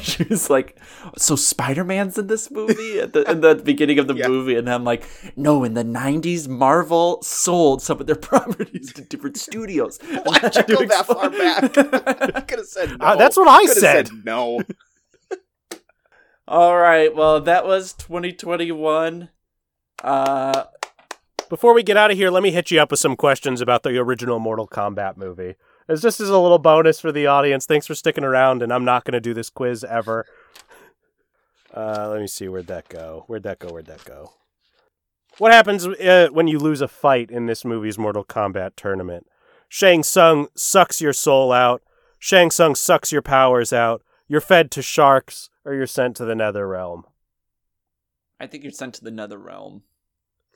she was like, "So Spider Man's in this movie at the, in the beginning of [LAUGHS] the Yeah. movie," and I'm like, "No, in the '90s, Marvel sold some of their [LAUGHS] properties to different studios." [LAUGHS] And Why'd I had you [LAUGHS] to go that far explain- [LAUGHS] [LAUGHS] I could have Oh, said no. Uh, that's what I Coulda said. no. [LAUGHS] All right. Well, that was 2021. Uh, Before we get out of here, let me hit you up with some questions about the original Mortal Kombat movie. As just as a little bonus for the audience, thanks for sticking around, and I'm not going to do this quiz ever. Uh, let me see where'd that go? Where'd that go? Where'd that go? What happens uh, when you lose a fight in this movie's Mortal Kombat tournament? Shang Tsung sucks your soul out. Shang Tsung sucks your powers out. You're fed to sharks, or you're sent to the Nether Realm. I think you're sent to the Nether Realm.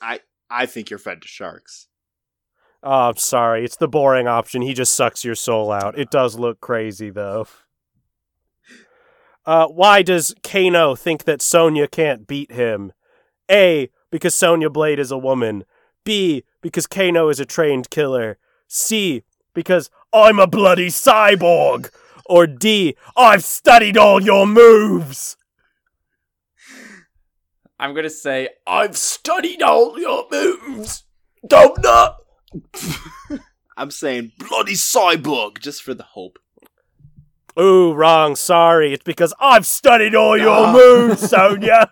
I think you're fed to sharks. Oh, I'm sorry. It's the boring option. He just sucks your soul out. It does look crazy, though. Uh, why does Kano think that Sonya can't beat him? A. Because Sonya Blade is a woman. B. Because Kano is a trained killer. C. Because I'm a bloody cyborg. Or D. I've studied all your moves. I'm gonna say I've studied all your moves, Domna. I'm saying bloody cyborg just for the hope. Ooh, wrong. Sorry. It's because I've studied all your Ah. moves, Sonia.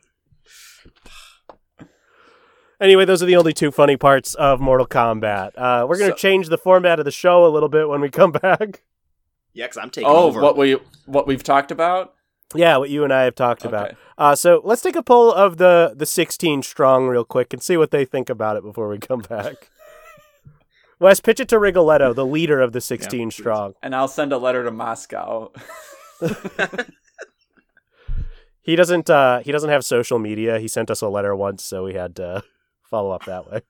anyway, those are the only two funny parts of Mortal Kombat. Uh, we're going to So- change the format of the show a little bit when we come [LAUGHS] back. Yeah, because I'm taking Oh, over. what we what we've talked about. Yeah, what you and I have talked about. Okay. Uh, so let's take a poll of the the 16 strong real quick and see what they think about it before we come back. Wes, pitch it to Rigoletto, the leader of the 16 please. strong. And I'll send a letter to Moscow. [LAUGHS] He doesn't. Uh, [LAUGHS] he doesn't have social media. He sent us a letter once, so we had to follow up that way.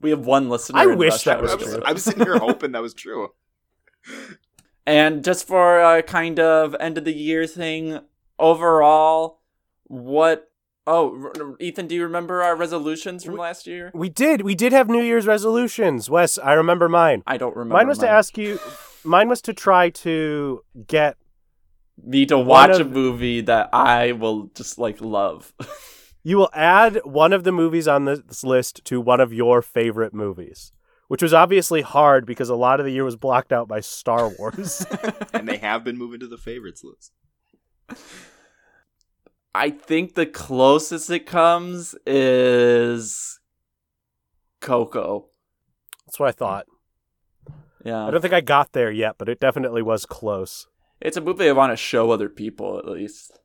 We have one listener. I in wish Rush that Hour was I Two. was, I was [LAUGHS] sitting here hoping that was true. And just for a kind of end of the year thing, overall, what? Oh, r- Ethan, do you remember our resolutions from last year? We did. We did have New Year's resolutions. Wes, I remember mine. I don't remember. Mine was to ask you. Mine was to try to get. me to watch a of- movie that I will just like love. [LAUGHS] You will add one of the movies on this list to one of your favorite movies, which was obviously hard because a lot of the year was blocked out by Star Wars. And they have been moving to the favorites list. I think the closest it comes is Coco. That's what I thought. I Yeah, don't think I got there yet, but it definitely was close. it's a movie I want to show other people at least.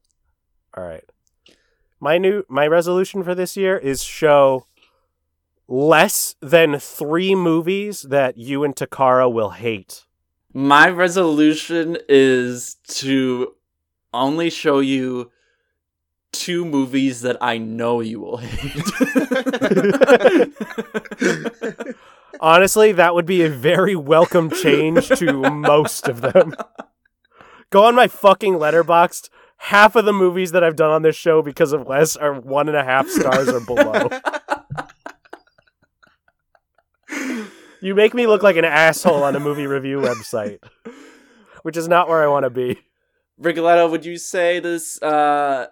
All right. My new my resolution for this year is show less than 3 movies that you and Takara will hate. My resolution is to only show you two movies that I know you will hate. Honestly, that would be a very welcome change to most of them. Go on my fucking letterboxed. Half of the movies that I've done on this show because of less are one and a half stars or below. You make me look like an asshole on a movie review website, which is not where I want to be. Rigoletto, would you say this uh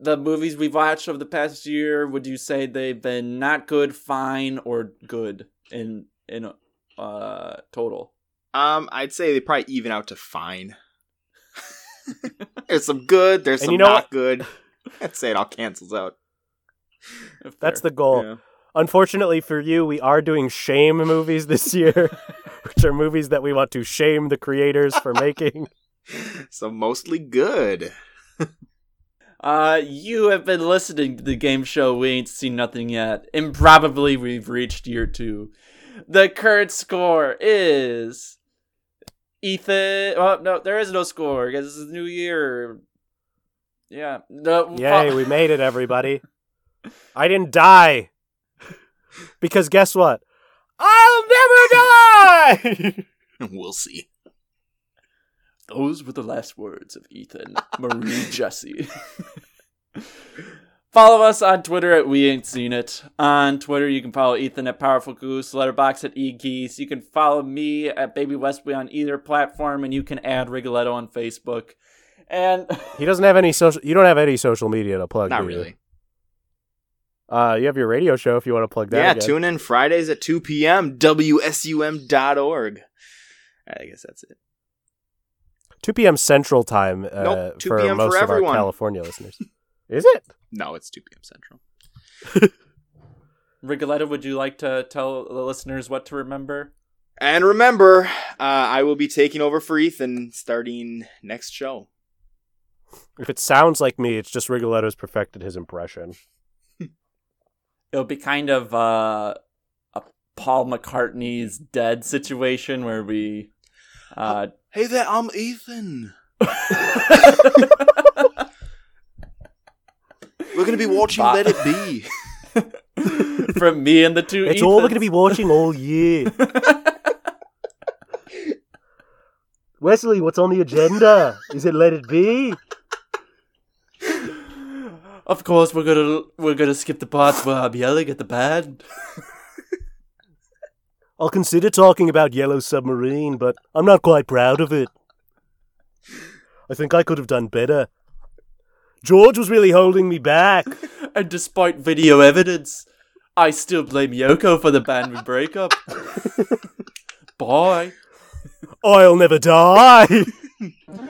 the movies we've watched over the past year, would you say they've been not good, fine, or good in in uh total? Um, I'd say they probably even out to [LAUGHS] fine. there's some good, there's And some you know not what? good. [LAUGHS] I'd say it all cancels out. That's the goal. Yeah. Unfortunately for you, we are doing shame movies this year, which are movies that we want to shame the creators for making. So mostly good. [LAUGHS] Uh, you have been listening to the game show. We ain't seen nothing yet. Improbably, we've reached year two. The current score is Ethan. Oh no, there is no score because this is new year. Yeah. No, uh, Yay, we made it, everybody. I didn't die. Because guess what? I'll never die! [LAUGHS] We'll see. Those were the last words of Ethan [LAUGHS] Marie Jesse. follow us on Twitter at We Ain't Seen It. On Twitter, you can follow Ethan at Powerful Goose, Letterbox at E Geese. You can follow me at Baby Westby on either platform, and you can add Rigoletto on Facebook. And [LAUGHS] He doesn't have any social. You don't have any social media to plug. Not do you? really. Uh, you have your radio show if you want to plug that. yeah, again. tune in Fridays at 2 p.m. WSUM.org. I guess that's it. 2 p.m. Central Time uh, Nope, 2 for p.m. for most of our everyone. California listeners. Is it? No, it's 2 p.m. Central. Rigoletto, would you like to tell the listeners what to remember? And remember, uh, I will be taking over for Ethan starting next show. If it sounds like me, it's just Rigoletto's perfected [LAUGHS] his impression. It'll be kind of uh, a Paul McCartney's dead situation where we. Uh, [LAUGHS] Hey there, I'm Ethan. We're going to be watching Bye. Let It Be. From me and the two. It's all we're Ethans. going to be watching [LAUGHS] all year. Wesley, what's on the agenda? Is it Let It Be? Of course, we're gonna we're gonna skip the parts where I'm yelling at the band. I'll consider talking about Yellow Submarine, but I'm not quite proud of it. I think I could have done better. George was really holding me back. And despite video evidence, I still blame Yoko for the band we break up. Bye. I'll never die. [LAUGHS]